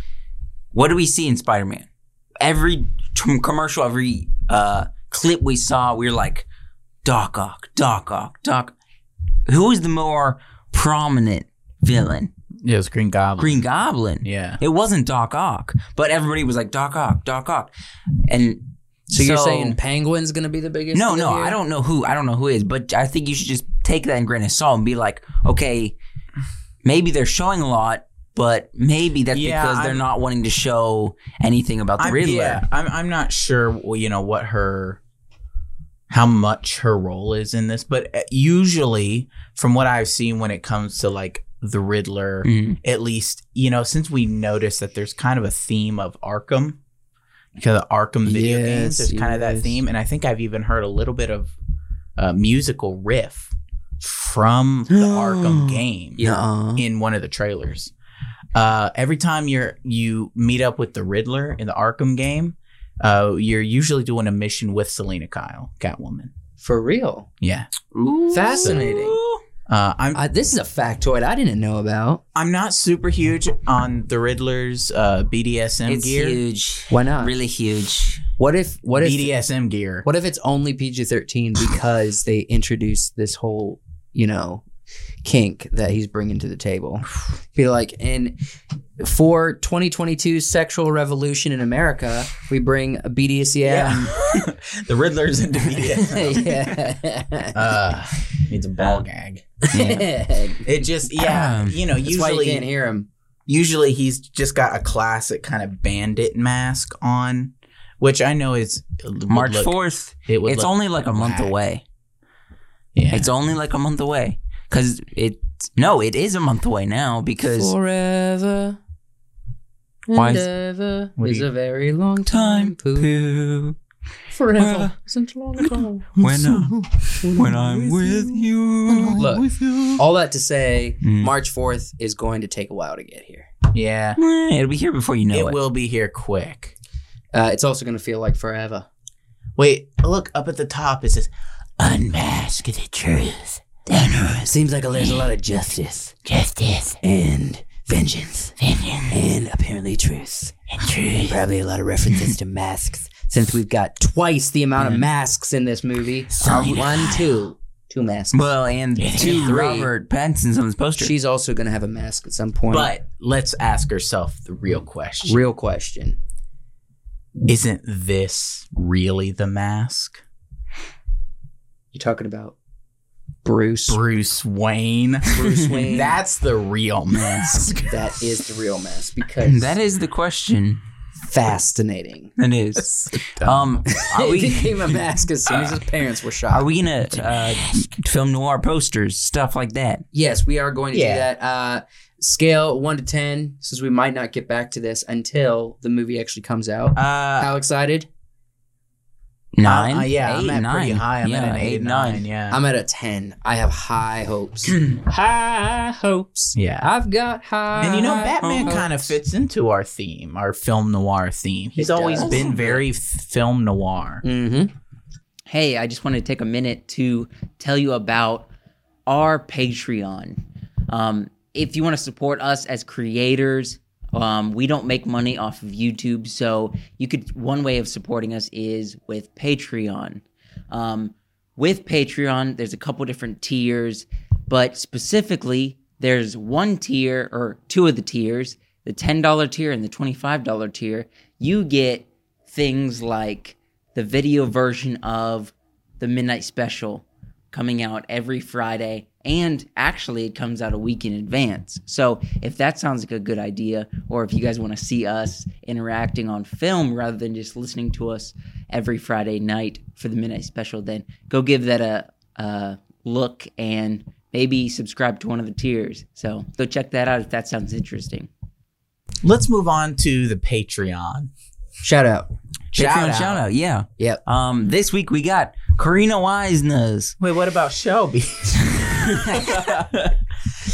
B: what do we see in Spider Man? Every t- commercial, every uh, clip we saw, we were like, Doc Ock, Doc Ock, Doc. Who is the more prominent villain?
E: Yeah, it was Green Goblin.
B: Green Goblin.
E: Yeah.
B: It wasn't Doc Ock, but everybody was like Doc Ock, Doc Ock, and
F: So, you're saying Penguin's gonna be the biggest?
B: no,
F: of the
B: no,
F: year?
B: I don't know who I don't know who is, but I think you should just take that in grain of salt and be like, okay, maybe they're showing a lot, but maybe that's
E: Yeah,
B: because they're
E: I'm-
B: not wanting to show anything about the
E: I'm,
B: Riddler.
E: yeah, I'm I'm not sure well, you know what her how much her role is in this, but uh, usually from what I've seen when it comes to like the Riddler,
B: Mhm.
E: at least you know since we noticed that there's kind of a theme of Arkham because of Arkham video
F: Yes,
E: games there's kind of that
F: yes.
E: theme and I think I've even heard a little bit of uh, musical riff from (gasps) the Arkham game
F: Nuh-uh.
E: in one of the trailers uh, every time you're you meet up with the Riddler in the Arkham game uh, you're usually doing a mission with Selena Kyle Catwoman
F: For real.
E: yeah
F: Fascinating.
E: uh, I'm
F: I, this is a factoid I didn't know about.
E: I'm not super huge on the Riddler's uh, BDSM
B: It's
E: gear
B: huge,
F: Why not?
B: really
F: (laughs)
B: huge.
F: What if? What if?
E: BDSM gear
F: What if it's only PG thirteen because they introduced this whole, you know, kink that he's bringing to the table? Be like, and for 2022 sexual revolution in America, we bring a BDSM.
E: (laughs) the Riddler's
F: (laughs)
E: into BDSM.
F: Yeah.
E: uh, needs a ball gag.
F: (laughs) That's
E: It just yeah,
B: Um,
E: you know.
F: why you
E: Usually,
F: can't hear him.
E: usually he's just got a classic kind of bandit mask on, which I know is
B: (laughs)
E: would
B: March
E: look-
B: fourth.
E: It would
B: It's
E: look-
B: only like a month
E: whack.
B: away.
E: yeah.
B: It's only like a month away because it. No, it is a month away now because
F: Forever.
B: Why
F: Why
B: is-
F: ever
E: What do
F: is
E: you-
F: a very long
B: time
F: time. Poo.
B: poo.
F: Forever isn't long ago.
B: When uh, when I'm with you.
F: Look, all that to say,
B: Mm.
F: March 4th is going to take a while to get here.
E: yeah.
B: Eh, It'll be here before you know it.
E: it will be here quick.
F: Uh, it's also going to feel like forever.
E: Wait, look up at the top. It says
J: Unmask the truth.
F: Seems like there's a lot of justice
J: Justice.
F: and vengeance
J: Vengeance.
F: and apparently truth.
J: And truth.
F: Probably a lot of references to masks since we've got twice the amount of masks in this movie. Um,
J: Selena
F: one,
J: Kyle.
F: two, two masks.
B: Well, and two
F: Three.
B: Robert Pattinson's on this poster.
F: She's also going to have a mask at some point.
E: But let's ask herself the real question.
F: real question.
E: Isn't this really the mask?
F: You're talking about Bruce.
E: Bruce Wayne.
F: Bruce
E: (laughs)
F: Wayne.
E: That's the real mask.
F: that is the real mask because
B: that is the question.
F: fascinating.
B: That is. um, are
F: (laughs) he
B: we
F: became a
E: (laughs)
F: mask as soon as his parents were shot.
B: are we gonna uh, film noir posters, stuff like that?
F: yes, we are going to
E: Yeah.
F: do that. Uh, scale one to ten, since we might not get back to this until the movie actually comes out.
E: Uh,
F: How excited?
B: Nine.
E: Uh, yeah,
B: eight,
E: I'm at
B: nine.
E: pretty high. I'm
B: yeah,
E: at an eight, nine. Yeah.
F: I'm at a ten. I have high
E: (clears throat)
F: hopes. high hopes.
E: yeah.
F: I've got high.
E: And you know, Batman
F: hopes.
E: kind of fits into our theme, our film noir theme. He's
F: It
E: always
F: does.
E: been very f- film noir.
F: Mm-hmm.
K: Hey, I just wanted to take a minute to tell you about our Patreon. Um, if you want to support us as creators, um, we don't make money off of YouTube, so you could one way of supporting us is with Patreon. Um, with Patreon, there's a couple different tiers, but specifically, there's one tier or two of the tiers, the $10 tier and the $25 tier. You get things like the video version of the Midnight Special coming out every Friday. And actually, it comes out a week in advance. So, if that sounds like a good idea, or if you guys want to see us interacting on film rather than just listening to us every Friday night for the Midnight Special, then go give that a, a look and maybe subscribe to one of the tiers. So, go check that out if that sounds interesting.
E: Let's move on to the Patreon.
F: Shout out.
E: Shout
B: Patreon
E: out.
B: shout out. Yeah.
F: Yep.
B: Um, this week we got Karina Wisnes.
E: Wait, what about Shelby?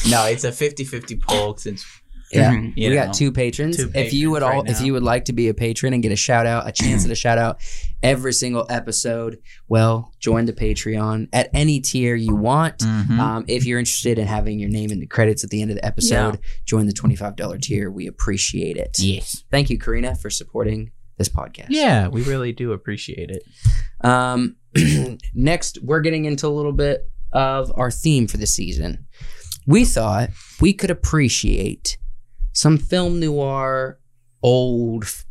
E: no, it's a 50-50 poll since
F: Yeah.
E: (laughs) you
F: we
E: know.
F: got two patrons.
E: Two
F: if you would
E: patrons
F: all,
E: right
F: if
E: now.
F: you would like to be a patron and get a shout out, a chance at a shout out every single episode, well, join the Patreon at any tier you want.
E: Mm-hmm. Hmm?
F: Um, if you're interested in having your name in the credits at the end of the episode, join the twenty five dollar tier. We appreciate it.
E: yes.
F: Thank you, Karina, for supporting this podcast.
E: Yeah, we really do appreciate it.
F: (clears throat) Um, next, we're getting into a little bit of our theme for the season. we thought we could appreciate some film noir old f-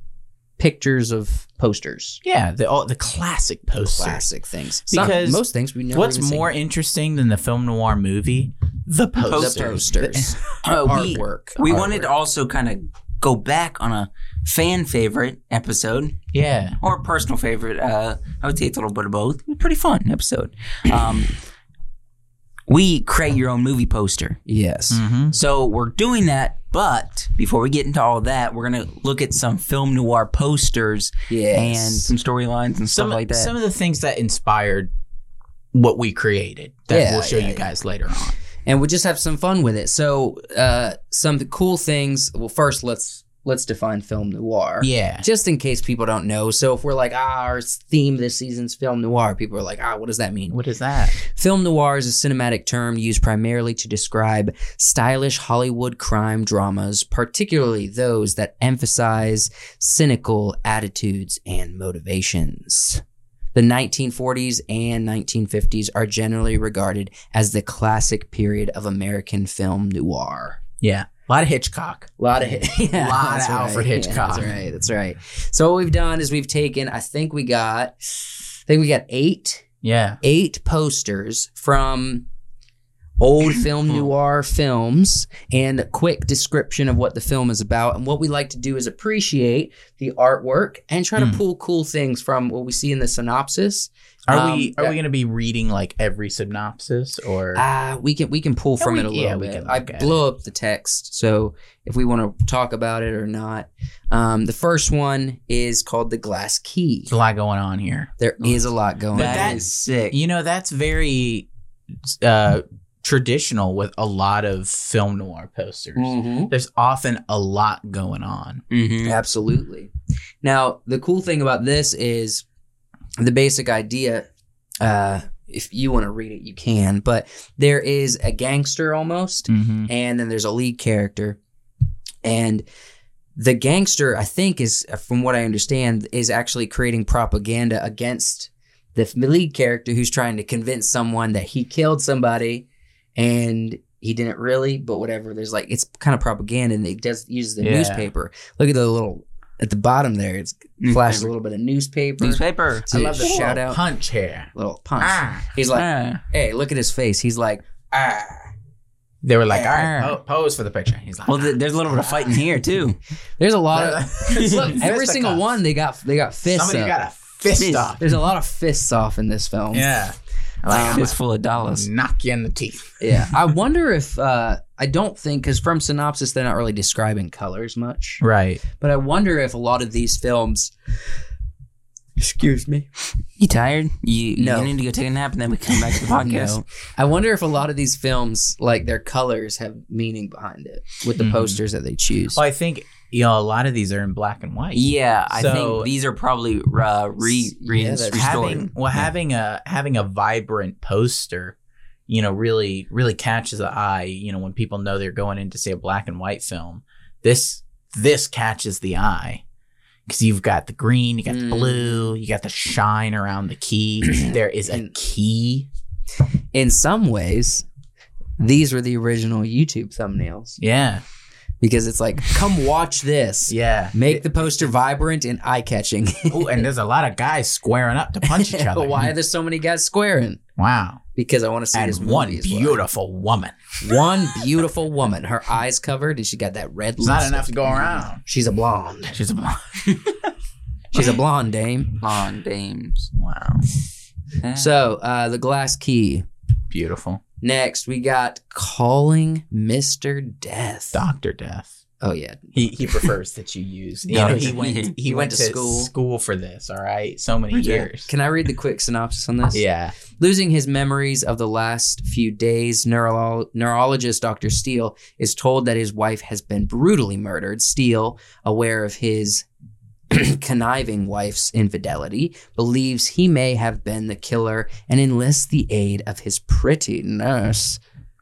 F: pictures of posters.
E: Yeah, the all, the classic posters.
F: Classic things. Some-
E: Because
F: most things we never
E: What's
F: even seen.
E: more interesting than the film noir movie? The posters.
F: the
E: (laughs)
F: posters.
B: Uh, we-
F: artwork.
B: We
F: artwork.
B: wanted to also kind of go back on a fan favorite episode
E: Yeah.
B: or a personal favorite. Uh, I would say it's a little bit of both. It was a pretty fun episode. Um, we create your own movie poster.
F: Yes.
E: Hmm.
B: So we're doing that, but before we get into all that, we're gonna look at some film noir posters and
F: Yes.
B: some storylines and stuff
E: Some
B: like that.
E: some of the things that inspired what we created that
F: Yeah,
E: we'll show
F: yeah,
E: you guys later on.
F: and we'll just have some fun with it. So, uh, some cool things. Well, first let's let's define film noir.
E: Yeah.
F: Just in case people don't know. So if we're like, ah, our theme this season's film noir, people are like, ah, what does that mean?
E: What is that?
F: Film noir is a cinematic term used primarily to describe stylish Hollywood crime dramas, particularly those that emphasize cynical attitudes and motivations. The 1940s and 1950s are generally regarded as the classic period of American film noir.
E: Yeah. A lot of Hitchcock.
F: A lot of, (laughs) yeah,
E: Lot
F: that's
E: of Alfred
F: Yeah,
E: Hitchcock.
F: that's right. That's right. So what we've done is we've taken, I think we got, I think we got eight
E: Yeah.
F: eight posters from old
E: (clears throat)
F: film noir films and a quick description of what the film is about. And what we like to do is appreciate the artwork and try
E: Mm.
F: to pull cool things from what we see in the synopsis.
E: Are
F: Um,
E: we are
F: yeah.
E: we gonna be reading like every synopsis or
F: Uh, we can we can pull from
E: we-
F: it a little
E: yeah, we
F: bit.
E: can
F: I
E: look at
F: blow up the text, so if we want to talk about it or not. Um, the first one is called the Glass Key.
E: there's a lot going on here?
F: There is a lot going.
E: But
F: on.
E: that-
B: that is sick.
E: You know, that's very uh, traditional with a lot of film noir posters. There's often a lot going on.
B: Mm-hmm.
F: Absolutely. Now, the cool thing about this is the basic idea. Uh, if you want to read it, you can. But there is a gangster almost,
E: Mm-hmm.
F: and then there's a lead character, and the gangster, I think, is from what I understand, is actually creating propaganda against the lead character who's trying to convince someone that he killed somebody, and he didn't really, but whatever. There's like it's kind of propaganda, and it does uses the
E: Yeah.
F: newspaper. Look at the little at the bottom there. It's flashed a little bit of newspaper.
B: Newspaper.
F: to shout out
E: punch here.
F: little punch.
E: Ah.
F: He's like,
B: Ah.
F: hey, look at his face. He's like, ah.
E: They were like, all right,
B: Ah.
E: po- pose for the picture. He's like,
B: Well, th- there's a little bit of fighting here too.
F: There's a lot of
E: (laughs) Look,
F: every
E: uh, fist
F: single
E: cuffs.
F: one. They got they got fists.
E: Somebody
F: up.
E: got a fist,
B: Fist.
E: off.
F: There's a lot of fists off in this film. Um,
E: Yeah. Like,
B: Fistful full of
E: I'll
B: dollars.
E: knock you in the teeth.
F: Yeah. I wonder if uh, I don't think because from synopsis they're not really describing colors much,
E: Right.
F: but I wonder if a lot of these films. Excuse me.
B: You tired? You,
F: No.
B: you need to go take a nap and then we come back to
E: (laughs)
B: the podcast.
F: No. I wonder if a lot of these films, like their colors, have meaning behind it with the
E: Mhm.
F: posters that they choose.
E: Well, I think you know a lot of these are in black and white.
B: Yeah, I
E: So-
B: think these are probably uh, re, re-
F: Yeah, that's-
B: restored.
E: having well having a having a vibrant poster you know really really catches the eye you know when people know they're going in to see a black and white film this this catches the eye because you've got the green you got the
F: Mm.
E: blue you got the shine around the key there is a
F: And-
E: key
F: In some ways, these were the original YouTube thumbnails
E: yeah
F: because it's like, come watch this.
E: yeah
F: Make the poster vibrant and eye
E: (laughs)
F: catching.
E: oh and there's a lot of guys squaring up to punch
F: (laughs)
E: each other
F: Why are there so many guys squaring?
E: wow
F: Because I want to see
E: and
F: this movie
E: one
F: as well.
E: beautiful woman
F: (laughs) One beautiful woman, her eyes covered, and she got that red.
E: it's not
F: lipstick.
E: enough to go around
F: She's a blonde.
E: she's a
F: She's a blonde dame.
B: on dames.
E: wow
F: So uh, the glass key.
E: beautiful
F: Next, we got calling Mister Death.
E: doctor death
F: Oh yeah,
E: He he prefers that you use. You
B: No,
E: know,
B: he-
E: he went he,
F: he
E: went, to school for this. All right, so many years.
F: Can I read the quick synopsis on this?
E: Yeah,
F: Losing his memories of the last few days, neuro- neurologist Dr. Steele is told that his wife has been brutally murdered. Steele, aware of his (clears throat) conniving wife's infidelity, believes he may have been the killer and enlists the aid of his pretty nurse,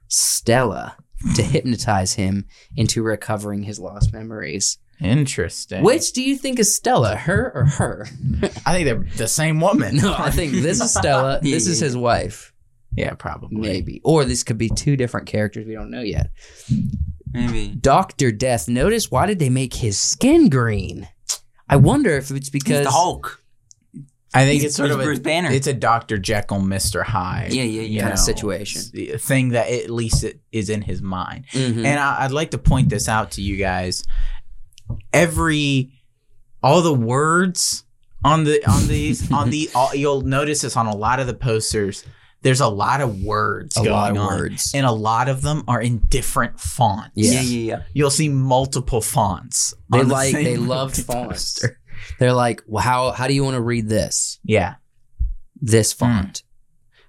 F: Stella, to hypnotize him into recovering his lost memories.
E: interesting.
F: Which do you think is Stella, her or her? (laughs)
E: I think they're the same woman. (laughs)
F: No, I think this is Stella.
B: (laughs) Yeah,
F: This
B: yeah,
F: is his wife.
B: Yeah, probably.
F: Maybe. Or this could be two different characters we don't know yet.
B: Maybe.
F: Doctor Death. Notice why did they make his skin green? I wonder if it's because
B: He's the Hulk.
E: I think
B: He's-
E: it's sort
B: he's
E: of
B: Bruce
E: a,
B: Banner.
E: It's a Doctor Jekyll, Mister Hyde.
B: Yeah, yeah, yeah.
E: you
F: Kinda
E: know,
F: situation.
E: s- the Thing that at least it is in his mind.
F: Mhm.
E: And I, I'd like to point this out to you guys. Every, all the words on the
F: (laughs)
E: on these on the all, you'll notice this on a lot of the posters. There's a lot of words
F: a
E: going
F: lot of
E: on,
F: words.
E: and a lot of them are in different fonts.
F: Yeah.
B: Yeah, yeah, yeah.
E: you'll see multiple fonts.
F: They
E: on the
F: like
E: same (laughs)
F: they loved
E: poster.
F: fonts. They're like, well, how how do you want to read this?
E: Yeah. Hmm.
F: This font.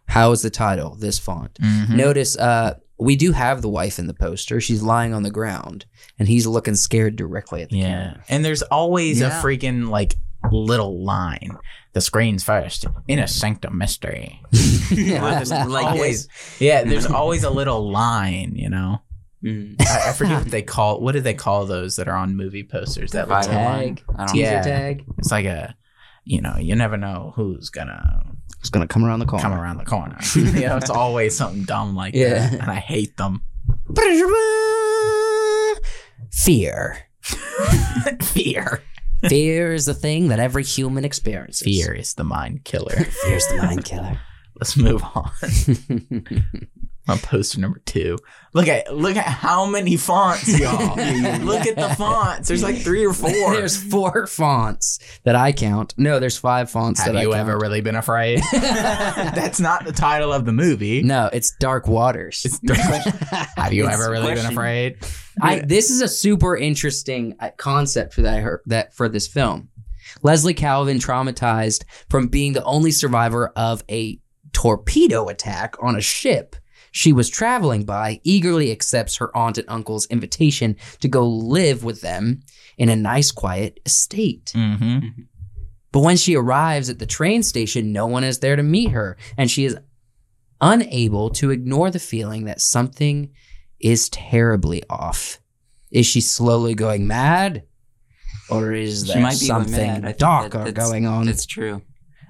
F: How is the title? This font.
E: Mm-hmm. Hmm.
F: Notice uh we do have the wife in the poster. She's lying on the ground and he's looking scared directly at the camera.
E: Yeah. And there's always
B: Yeah.
E: a freaking like little line. The screen's first in a sanctum mystery.
B: Well,
F: (laughs)
B: there's (laughs) like
E: always. Yeah, there's always a little line, you know.
B: Mm,
E: I, I forget what they call what do they call those that are on movie posters that
B: Vital
E: little line?
B: line. I don't
E: Yeah.
B: know.
F: tag.
E: It's like a you know, you never know who's gonna
F: It's gonna come around the corner.
E: come around the corner. you know, it's always something dumb like
F: Yeah.
E: that. And I hate them.
F: Fear.
E: (laughs) Fear.
F: Fear is the thing that every human experiences.
E: Fear is the mind killer.
F: Fear's the mind
E: (laughs)
F: killer. (laughs)
E: Let's move on. on poster number two. Look at look at how many (laughs) fonts, y'all. look at the fonts. There's like three or four.
F: there's four fonts that I count. No, there's five fonts
E: Have
F: that
E: you
F: I
E: ever
F: count.
E: really been (laughs) afraid? That's not the title of the movie.
F: No, it's Dark Waters.
E: It's the question. Have you
B: It's
E: ever really been
B: question.
E: afraid?
F: I, this is a super interesting uh, concept for that, I heard, that for this film. Leslie Calvin traumatized from being the only survivor of a torpedo attack on a ship she was traveling by eagerly accepts her aunt and uncle's invitation to go live with them in a nice quiet estate.
E: Mm-hmm.
F: But when she arrives at the train station, no one is there to meet her, and she is unable to ignore the feeling that something is terribly off. Is she slowly going mad? Or is
B: She
F: there
B: might be going mad.
F: something
B: I think
F: darker
B: that- that's-
F: going on?
B: That's true.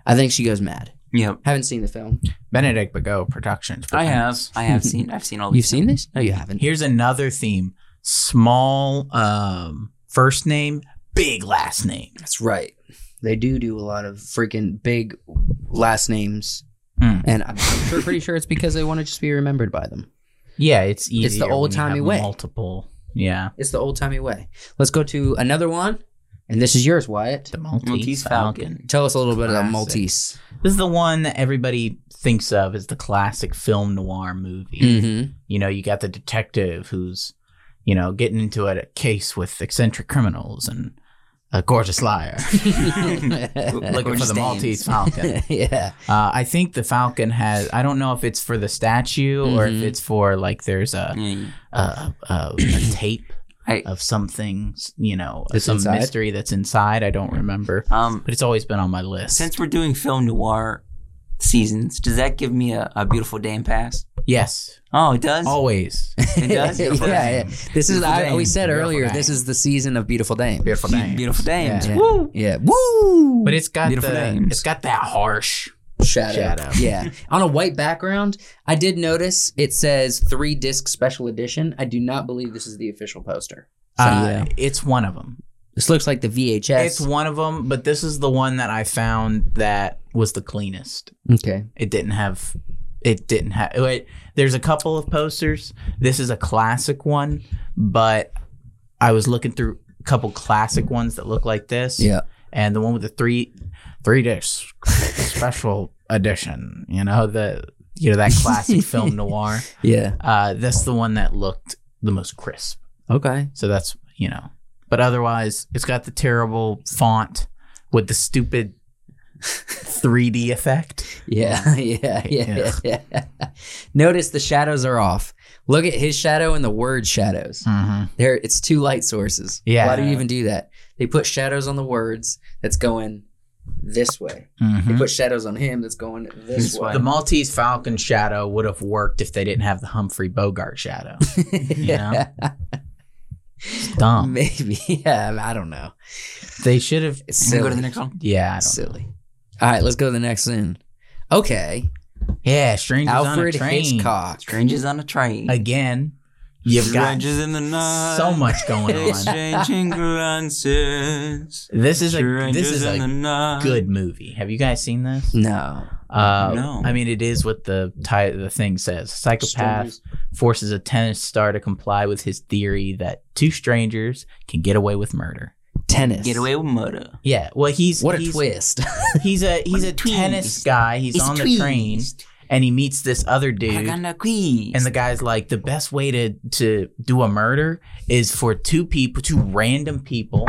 F: I think she goes mad.
B: Yep.
F: Haven't seen the film.
E: Benedict Bago Productions.
B: I have. I have seen. I've seen all.
F: You've
B: these
F: seen this? No, you haven't.
E: Here's another theme: small um, first name, big last name.
F: That's right. They do do a lot of freaking big last names.
B: Hmm.
E: Mm.
F: And I'm sure, pretty sure it's because they want to just be remembered by them.
E: Yeah, it's easy.
F: the old-timey way.
E: Multiple. Yeah,
F: It's the old timey way. Let's go to another one. And this is yours, Wyatt.
E: the Maltese,
B: Maltese
E: Falcon.
B: Falcon.
F: Tell us a little bit about
E: Classic.
F: Maltese.
E: This is the one that everybody thinks of as the classic film noir movie.
F: (laughs) Mm-hmm.
E: You know, you got the detective who's, you know, getting into a, a case with eccentric criminals and a
F: (laughs)
E: gorgeous liar looking for
B: Gorgeous
E: the
B: dames.
F: (laughs)
E: Maltese Falcon.
F: yeah.
E: Uh, I think the Falcon has. I don't know if it's for the statue or if
F: Mhm.
E: it's for like there's a
B: Yeah, yeah.
E: a, a, a
F: (clears throat)
E: tape
B: I-
E: of something, you know,
F: That's
E: some
F: inside?
E: mystery that's inside. I don't remember,
B: Um,
E: but it's always been on my list.
B: since we're doing film noir seasons, does that give me a, a beautiful damn pass?
E: yes,
B: Oh, it does.
F: (laughs)
E: always.
B: it does.
F: yeah,
B: Beautiful
F: yeah.
B: Dame.
F: This is
B: Beautiful
F: I, we
B: Dame.
F: said
E: Beautiful
F: earlier.
E: Dame.
F: This is the season of beautiful dame.
E: Beautiful name.
B: Beautiful dames.
F: Yeah.
B: Woo.
F: Yeah. Woo.
E: But it's got
B: Beautiful
E: the
B: names.
E: it's got that harsh.
F: shadow.
E: Shadow.
F: (laughs) Yeah. On a white background, I did notice it says three disc special edition. I do not believe this is the official poster.
E: Uh, It's one of them.
F: This looks like the VHS.
E: It's one of them, but this is the one that I found that was the cleanest.
F: okay.
E: It didn't have. It didn't have. Wait, there's a couple of posters. This is a classic one, but I was looking through a couple classic ones that look like this.
F: Yeah.
E: and the one with the three three discs special (laughs) edition. You know the you know that classic film noir.
F: Yeah.
E: Uh, that's the one that looked the most crisp.
F: Okay.
E: So that's you know. But otherwise, it's got the terrible font with the stupid 3D effect.
F: Yeah. (laughs) Yeah. Yeah.
E: Ugh.
F: Yeah. notice the shadows are off. Look at his shadow and the word shadows.
E: Mm-hmm.
F: There, it's two light sources.
E: Yeah.
F: Why do you even do that? They put shadows on the words that's going this way.
E: Hmm?
F: They put shadows on him that's going this,
B: This
F: way. (laughs)
E: The Maltese Falcon shadow would have worked if they didn't have the Humphrey Bogart shadow.
F: yeah.
E: It's (laughs) dumb.
F: Maybe. (laughs) Yeah. I don't know.
E: They should have.
F: It's
B: Can we
F: silly.
B: go to the next one?
E: Yeah, I don't
F: Silly. All right, let's go to the next one. Okay.
E: Yeah, strangers
F: Alfred
E: on a train.
F: Hitchcock.
B: Strangers on a train.
E: Again, you've got
B: Strangers in the night.
E: so much going on.
B: Exchanging glances.
E: This is a
B: Strangers
E: this is
B: in the
E: a
B: night.
E: good movie. Have you guys seen
F: (laughs)
E: this?
F: No.
E: Uh,
B: No.
E: I mean, it is what the ti- the thing says. Psychopath forces a tennis star to comply with his theory that two strangers can get away with murder.
F: Tennis.
B: Get
F: (laughs)
B: away with murder.
E: Yeah. Well, he's
F: What a
E: he's,
F: twist.
E: He's a he's a tennis guy. He's
B: It's
E: on the
B: twist.
E: train and he meets this other
B: I
E: dude.
B: got
F: (laughs)
B: no quiz.
E: And the guy's like, the best way to to do a murder is for two people, two random people,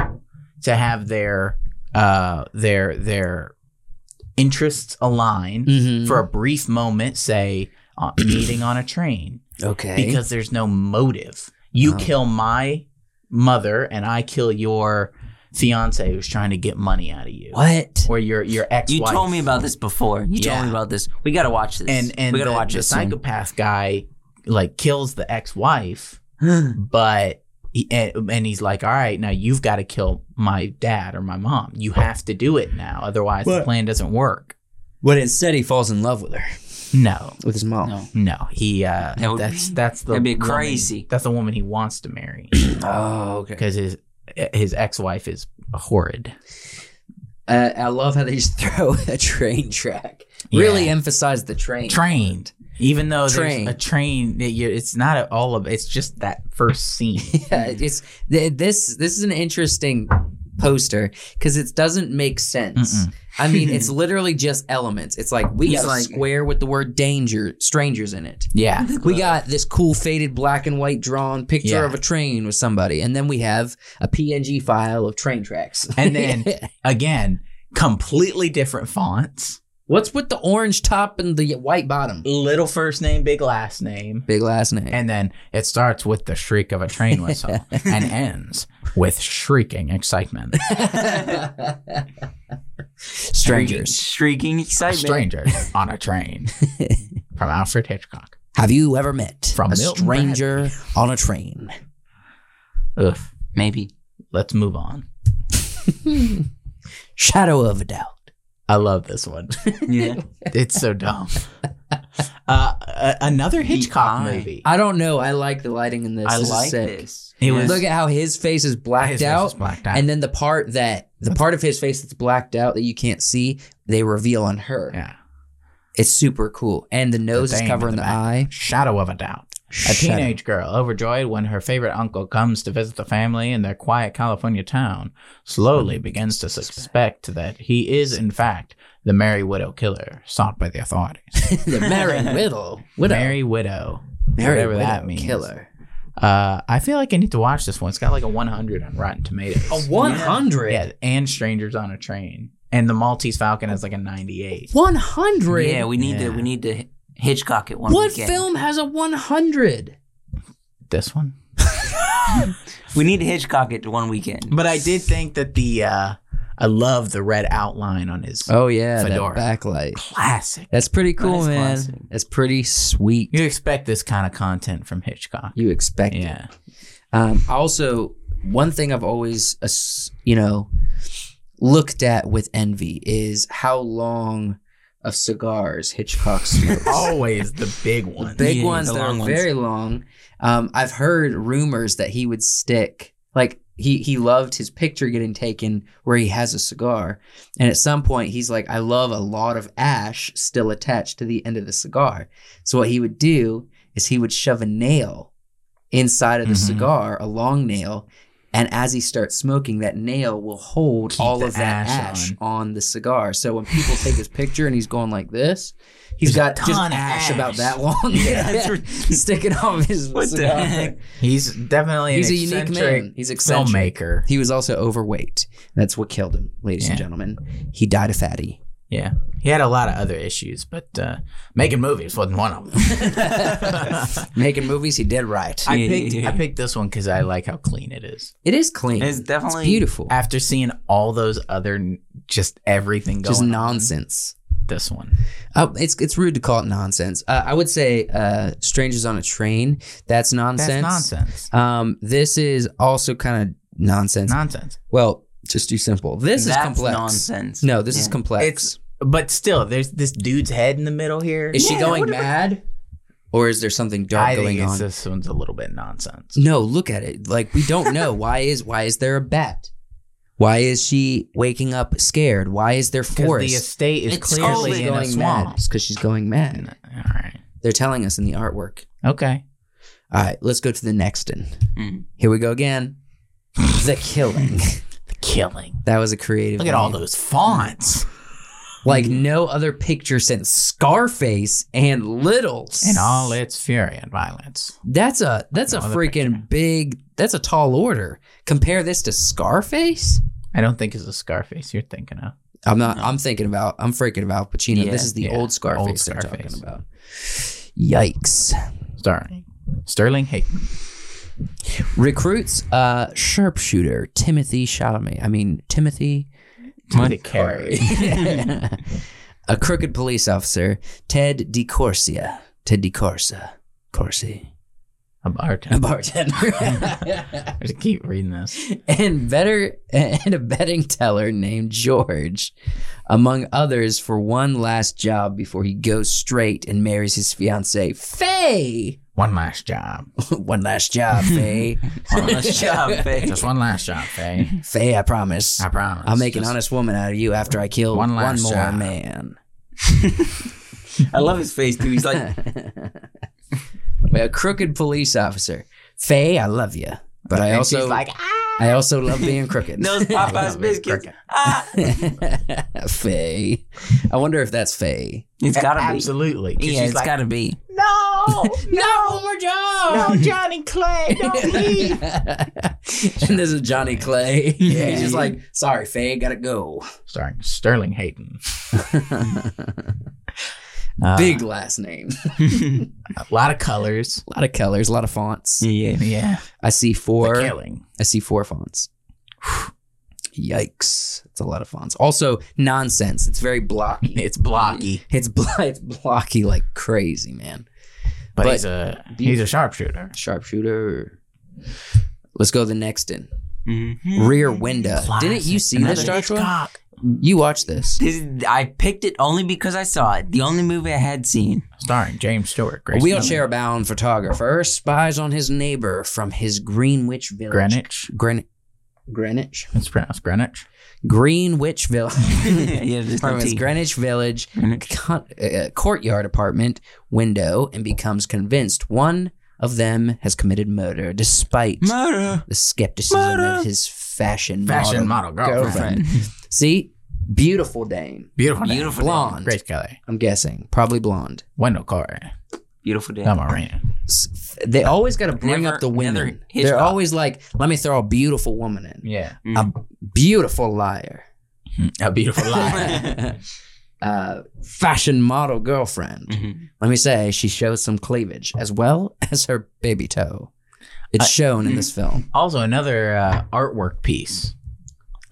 E: to have their uh their their interests aligned
F: Mhm.
B: Mm-hmm.
E: for a brief moment, say uh, (clears throat) meeting on a train,
F: okay.
E: because there's no motive. You
F: Oh.
E: kill my mother, and I kill your fiance who's trying to get money out of you,
F: what?
E: or your your ex.
B: you told me about this before. You
E: Yeah.
B: told me about this. We gotta watch this.
E: and and
B: we gotta
E: the,
B: watch
E: the
B: this. soon.
E: psychopath guy like kills the ex-wife
F: (gasps)
E: but he, and, and he's like all right now you've got to kill my dad or my mom you have to do it now otherwise the
F: But-
E: plan doesn't work
F: But instead, he falls in love with her,
E: no
F: with his mom.
E: no he uh
B: That would
E: that's
B: be-
E: that's the
B: that'd be
E: woman-
B: crazy.
E: that's the woman he wants to
B: (clears throat)
E: marry
F: Oh, okay.
E: because his his ex-wife is horrid
F: Uh, I love how they just (laughs) throw a train track. Really
E: Yeah.
F: emphasize the train.
E: trained even though
F: Trained.
E: there's a train that you it's not at all of it's just that
B: (laughs)
E: first scene
F: (laughs) Yeah, it's th- this. This is an interesting poster because it doesn't make sense. I mean,
E: (laughs)
F: it's literally just elements. It's like we
B: He's
F: got a
B: like-
F: square with the word danger, strangers in it.
E: yeah
F: We got this cool faded black and white drawn picture
E: Yeah.
F: of a train with somebody, and then we have a PNG file of train tracks.
E: And then- again completely different fonts
F: (laughs) what's with the orange top and the white bottom? (laughs)
E: little first name, big last name.
F: Big last name.
E: (laughs) And then it starts with the shriek of a train
B: (laughs)
E: whistle and ends with shrieking excitement.
F: Strangers.
B: Shrieking excitement.
E: Stranger on
B: (laughs)
E: a train from Alfred Hitchcock.
F: Have you ever met
E: From
F: a
E: Milton
F: stranger on a train?
E: Ugh.
B: Maybe.
E: Let's move on.
F: (laughs) Shadow of a doubt.
E: I love this one.
B: Yeah.
E: It's
F: (laughs)
E: so dumb. Uh, a- another Hitchcock
B: Eye.
E: movie.
F: I don't know. I like the lighting in this.
E: I
F: This is
E: like
F: sick.
E: It was
F: Look at how his face is blacked
E: His face
F: out,
E: is blacked out.
F: and then the part that the part of his face that's blacked out that you can't see, they reveal on her.
E: yeah,
F: It's super cool, and the nose
E: thing
F: is
E: in
F: covering
E: the
F: the,
E: back.
F: eye.
E: Shadow of a Doubt. A
F: Shadow.
E: teenage girl, overjoyed when her favorite uncle comes to visit the family in their quiet California town, slowly begins to suspect that he is, in fact, the Merry Widow killer sought by the authorities.
F: the (laughs) Mary Whittle, Widow,
E: Merry Widow.
F: Mary
E: whatever
F: Widow
E: that means.
F: killer.
E: Uh, I feel like I need to watch this one. It's got like a 100 on Rotten Tomatoes.
F: A one hundred.
E: yeah, and Strangers on a Train. And the Maltese Falcon has like a 98.
F: One hundred.
B: Yeah, we need
E: Yeah.
B: to we need to Hitchcock it one
F: What
B: weekend.
F: film has a one hundred?
E: This one?
B: We need to Hitchcock it one weekend.
E: But I did think that the, uh, I love the red outline on his
F: Oh yeah, that
E: Fedora.
F: backlight.
E: classic.
F: That's pretty cool,
B: That's
F: man.
B: classic.
F: That's pretty sweet.
E: You expect this kind of content from Hitchcock.
F: You expect it.
E: Yeah.
F: Um, also, one thing I've always, ass- you know, looked at with envy is how long of cigars Hitchcock smokes.
E: (laughs) Always the big one.
F: Big
B: Yeah,
F: ones
B: the
F: that are
B: long ones.
F: very long. Um, I've heard rumors that he would stick. Like he he loved his picture getting taken where he has a cigar, and at some point he's like, "I love a lot of ash still attached to the end of the cigar." So what he would do is he would shove a nail inside of the
E: Mhm.
F: cigar, a long nail, and as he starts smoking, that nail will hold
E: Keep
F: all
E: the
F: of that
E: ash
F: ash on. the cigar. So when people take his picture and he's going like this, he's
E: There's a
F: got just
E: ton of
F: ash,
E: ash.
F: about that long.
B: Yeah, that's ri-
F: sticking off his
B: What the
F: cigar.
B: heck?
E: He's definitely
F: He's
E: an
F: a unique
E: eccentric
F: man. He's eccentric.
E: filmmaker.
F: He was also overweight. That's what killed him, ladies
E: Yeah.
F: and gentlemen. He died of fatty.
E: Yeah. He had a lot of other issues, but uh, making movies wasn't one of them. (laughs)
F: Making movies, he did right.
E: I
B: Yeah,
E: picked
B: yeah, yeah.
E: I picked this one because I like how clean it is.
F: it is clean.
B: It's definitely
F: It's beautiful.
E: After seeing all those other n- just everything going
F: Just
E: on,
F: nonsense.
E: this one.
F: Oh, it's it's rude to call it nonsense. Uh, I would say uh, "Strangers on a Train." That's nonsense.
E: That's nonsense.
F: Um, this is also kind of nonsense.
E: Nonsense.
F: well, just too simple. This
B: That's
F: is complex.
B: nonsense. (laughs)
F: No, (laughs) this
B: Yeah.
F: is complex.
E: It's but still, there's this dude's head in the middle here.
F: Is she going mad, or is there something dark
E: I
F: going
E: think it's,
F: on?
E: this one's a little bit nonsense.
F: No, look at it. Like we don't
E: (laughs)
F: know why is why is there a bat? Why is she waking up scared? Why is there
E: Because the
F: forest?
E: estate is
B: It's
E: clearly
B: only
E: in a
F: going mad
E: swamp.
F: because she's going mad.
E: All right.
F: They're telling us in the artwork.
E: Okay.
F: All right, let's go to the next one.
B: Mm.
F: Here we go
E: (laughs)
F: again. the killing.
E: Killing.
F: That was a creative.
E: Look at all
F: name.
E: those fonts.
F: Like no other picture since Scarface and Littles.
E: And all its fury and violence.
F: That's a that's a
E: No other
F: freaking
E: picture.
F: big. That's a tall order. Compare this to Scarface.
E: I don't think it's a Scarface you're thinking of.
F: I'm not. I'm thinking about. I'm freaking about Pacino.
B: Yeah,
F: this is the
E: yeah.
F: old Scarface,
E: Old
F: they're
E: Scarface.
F: talking about. Yikes!
E: Starring Sterling Hayden.
F: Recruits uh, sharpshooter Timothy Chalamet. I mean Timothy
E: Timothy Carey.
F: (laughs) a crooked police officer Ted DiCorsia. Ted DiCorsia. Corsi.
E: A
F: A
E: bartender. (laughs)
F: bartender.
E: I just keep reading this.
F: (laughs) and better and a betting teller named George, among others, for one last job before he goes straight and marries his fiancee Faye. (laughs)
E: One last job.
F: one last
E: (laughs)
F: job, Faye.
B: One less
F: (laughs)
B: job, babe.
E: Just one last job, Faye.
F: Faye, I promise.
E: I promise.
F: I'll make an
E: Just
F: honest woman out of you after I kill
E: One
F: one,
E: last
F: more
E: job.
F: man. (laughs)
B: I love his face too. He's like,
F: a crooked police officer. Faye, I love you, but I
E: And
F: also
E: she's like,
F: I also love being
E: (laughs)
F: crooked. (laughs)
B: those Popeye's
E: Yeah,
B: biscuits.
E: crooked.
A: (laughs)
B: Ah.
F: Faye. I wonder if that's Faye.
B: It's gotta be.
E: Absolutely. 'Cause
B: Yeah,
E: she's
B: it's
E: like,
B: gotta be.
E: no,
F: No, one more job.
E: no, Johnny Clay, don't leave.
F: (laughs) and this is Johnny Clay. (laughs) He's just like, sorry, Faye, gotta go.
E: Starring Sterling Hayden. Uh,
F: Big last name.
E: A lot of colors.
F: A lot of colors, a lot of fonts.
B: Yeah,
E: Yeah.
F: I see
E: Or
F: four.
E: killing.
F: I see four fonts. (sighs) Yikes. That's a lot of fonts. Also, nonsense. It's very blocky.
E: It's blocky.
F: It's, bl- (laughs) it's blocky like crazy, man.
E: But,
F: But-
E: he's a he's a sharpshooter.
F: Sharpshooter. Let's go to the next in.
B: Mm-hmm.
F: Rear window. Didn't you see this,
B: Another
F: Joshua? You watched this.
B: This is, I picked it only because I saw it. The only movie I had seen.
E: Starring James Stewart.
F: A
E: Grace
F: wheelchair bound photographer spies on his neighbor from his Greenwich village.
E: Kelly. Greenwich.
F: Greenwich. Greenwich.
E: It's pronounced Greenwich.
F: Greenwich village. (laughs)
B: yeah, there's no
F: from his
B: T.
F: Greenwich village
B: Greenwich.
F: con- uh, courtyard apartment window and becomes convinced one of them has committed murder despite
B: Murder.
F: the skepticism
B: Murder.
F: of his fashion
E: Fashion
F: model,
E: model girlfriend.
F: (laughs) See, beautiful dame.
E: Beautiful. name.
B: Beautiful.
F: Blonde.
E: Grace Kelly.
F: I'm guessing, probably bloned.
E: Wendell Corey.
B: Day. Beautiful day.
E: I'm Marina.
F: S- They always got to bring
B: Never-
F: up the
B: never
F: women.
B: Hitchcock.
F: They're always like, "Let me throw a beautiful woman in."
E: Yeah.
F: Beautiful liar.
E: A (laughs) beautiful lie.
F: uh, fashion model girlfriend.
B: Mhm.
F: Let me say, she shows some cleavage as well (laughs) as her baby toe. It's shown in this film.
E: also, another uh, artwork piece.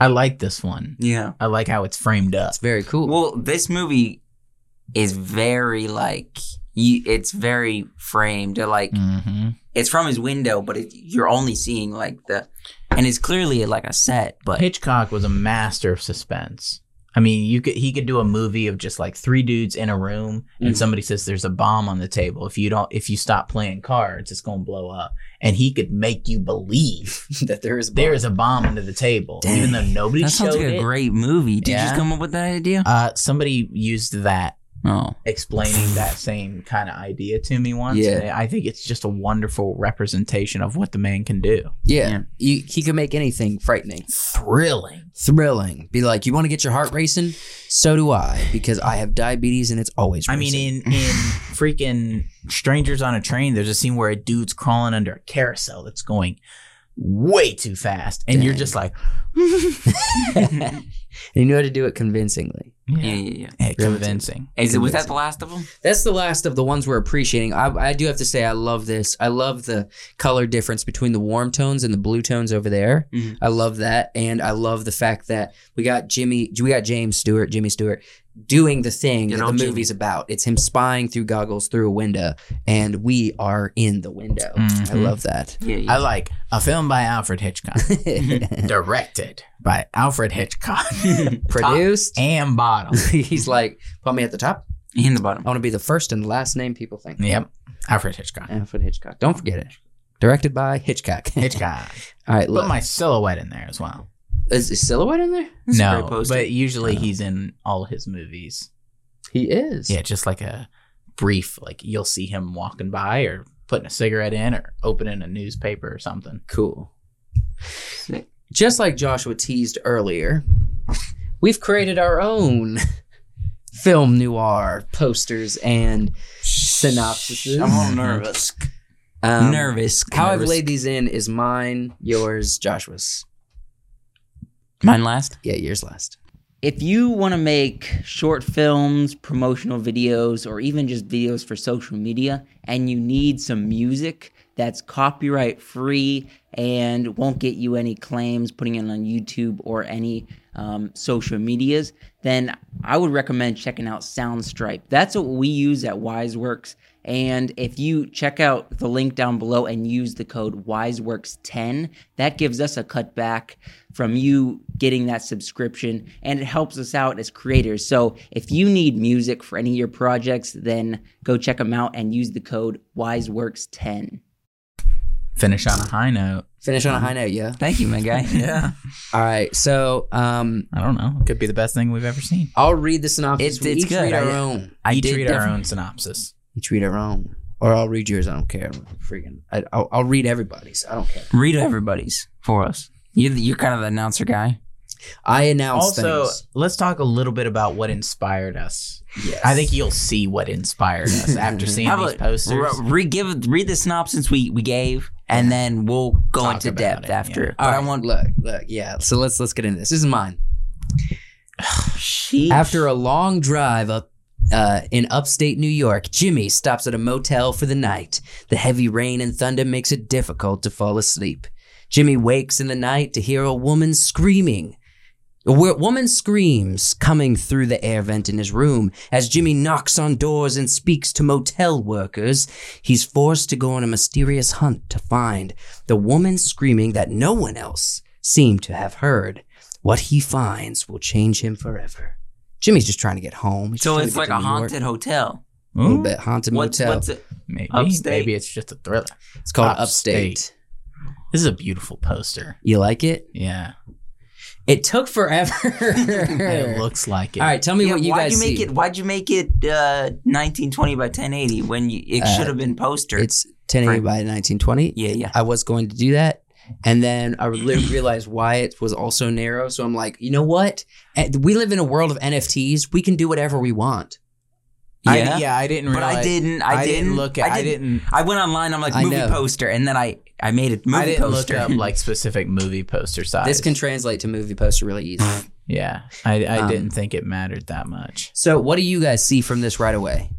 E: I like this one.
B: Yeah.
E: I like how it's framed up.
F: It's very cool.
B: Well, this movie is very like you, it's very framed. uh, Like
E: Mm-hmm.
B: it's from his window, but it, you're only seeing like the, and it's clearly like a set. But
E: Hitchcock was a master of suspense. I mean, you could he could do a movie of just like three dudes in a room
B: Mm-hmm.
E: and somebody says there's a bomb on the table. If you don't if you stop playing cards, it's going to blow up. And he could make you believe
F: (laughs) that there is
E: there is a bomb under the table even though nobody
B: that sounds
E: showed
B: like a
E: it.
B: great movie. Did you
E: Yeah.
B: just come up with that idea?
E: uh somebody used that
B: Oh,
E: explaining that same kind of idea to me once.
F: Yeah.
E: And I think it's just a wonderful representation of what the man can do.
F: yeah.
B: Yeah.
F: You, he could make anything frightening,
E: Thrilling.
F: thrilling. Be like, you want to get your heart racing? So do I, because I have diabetes and it's always.
E: I
F: Racing.
E: mean, in in
A: (laughs)
E: freaking Strangers on a Train, there's a scene where a dude's crawling under a carousel that's going way too fast, and you're
F: Dang.
E: just like, eh,
F: (laughs) and you know how to do it convincingly.
B: yeah, yeah,
E: Hey, convincing.
B: yeah. Is it was that the last of them?
F: That's the last of the ones we're appreciating. I, I do have to say, I love this. I love the color difference between the warm tones and the blue tones over there.
B: Mhm.
F: I love that, and I love the fact that we got Jimmy, we got James Stewart, Jimmy Stewart, doing the thing
A: Good
F: that the
A: old Jimmy.
F: movie's about. It's him spying through goggles through a window, and we are in the window. I
A: Mhm.
F: love that. (laughs)
A: Yeah, yeah.
E: I like a film by
A: (laughs)
E: Alfred Hitchcock, directed by
A: (laughs)
E: Alfred Hitchcock,
F: Produced.
E: and bottom.
F: He's like, put me at the top.
A: in the bottom.
F: I want to be the first and last name people think.
E: Yep, Alfred Hitchcock.
F: Alfred Hitchcock. Don't forget it. Directed by Hitchcock.
E: Hitchcock.
F: (laughs) All right,
E: Put
A: (laughs)
F: look.
E: my silhouette in there as well.
F: is the silhouette in there?
A: That's a great
E: no,
A: poster.
E: but usually he's in all his movies.
F: He is.
E: Yeah, just like a brief, like you'll see him walking by or putting a cigarette in or opening a newspaper or something.
F: Cool. Just like Joshua teased earlier, we've created our own film noir posters and synopsises.
A: I'm
F: (laughs)
A: all nervous.
F: Um,
A: nervous.
F: How I've
A: nervous.
F: laid these in is mine, yours, Joshua's.
A: mine last.
F: Yeah, yours last.
B: If you want to make short films, promotional videos, or even just videos for social media, and you need some music that's copyright free and won't get you any claims putting it on YouTube or any um, social medias, then I would recommend checking out Soundstripe. That's what we use at WiseWorks. And if you check out the link down below and use the code WiseWorks10, that gives us a cutback from you getting that subscription and it helps us out as creators. So if you need music for any of your projects, then go check them out and use the code WiseWorks10.
E: Finish on a high note.
F: Finish on a high note, yeah.
A: Mm-hmm. Thank you, my guy.
E: (laughs) Yeah,
F: All right, so um,
E: I don't know. Could be the best thing we've ever seen.
F: I'll read the synopsis.
A: It's-
F: We
A: it's
F: each
A: good.
F: read our
A: I-
F: own.
A: I
E: Each
A: did
E: read our
A: definitely-
E: own synopsis.
F: Each read our own, or I'll read yours. I don't care. I'm freaking, I, I'll, I'll read everybody's. I don't care.
A: read everybody's for us. You're, the, you're kind of the announcer guy.
F: I announce
E: Also,
F: things.
E: let's talk a little bit about what inspired us.
F: Yes.
E: I think you'll see what inspired us after seeing
A: How
E: these
A: about
E: posters.
A: re- re- give, read the synopsis we, we gave, and then we'll go
E: Talk
A: into
E: about
A: depth
E: it,
A: after.
E: yeah.
A: But I
F: Alright,
A: want
F: look, look, yeah. So let's let's get into this. This is mine.
B: Oh,
A: she
F: After a long drive up uh, in upstate New York, Jimmy stops at a motel for the night. The heavy rain and thunder makes it difficult to fall asleep. Jimmy wakes in the night to hear a woman screaming. A wo- woman screams coming through the air vent in his room. As Jimmy knocks on doors and speaks to motel workers, he's forced to go on a mysterious hunt to find the woman screaming that no one else seemed to have heard. What he finds will change him forever. Jimmy's just trying to get home. He's
A: so
F: trying to
A: it's
F: get
A: like
F: to
A: a
F: New York.
A: haunted hotel.
F: A little
E: Ooh,
F: bit haunted
A: What's,
F: motel.
A: what's it?
E: Maybe,
A: upstate.
E: maybe it's just a thriller.
F: it's called
E: Upstate.
F: upstate.
E: This is a beautiful poster.
F: You like it?
E: Yeah,
F: It took (laughs) forever. (laughs)
E: it looks like it.
F: All right, tell me
A: Yeah,
F: what you
A: why'd
F: guys
A: you make
F: see.
A: it? Why'd you make it uh, 1920 by 1080 when you, it
F: Uh,
A: should have been poster?
F: It's 1080
A: Right.
F: by 1920.
A: yeah, yeah.
F: I was going to do that. And then I li- realized why it was also narrow. So I'm like, you know what? Eh, We live in a world of NFTs. We can do whatever we want.
E: I-
A: yeah.
E: yeah, I didn't.
A: But
E: Realize,
A: I didn't. I,
E: didn't, look at. I didn't.
A: I went online. I'm like
F: I
A: movie
F: know.
A: poster, and then I I made a movie
E: I didn't
A: poster. (laughs)
E: look up (laughs) like specific movie poster size.
F: This can translate to movie poster really easy.
E: yeah, I, I
F: Um,
E: didn't think it mattered that much.
F: so what do you guys see from this right away?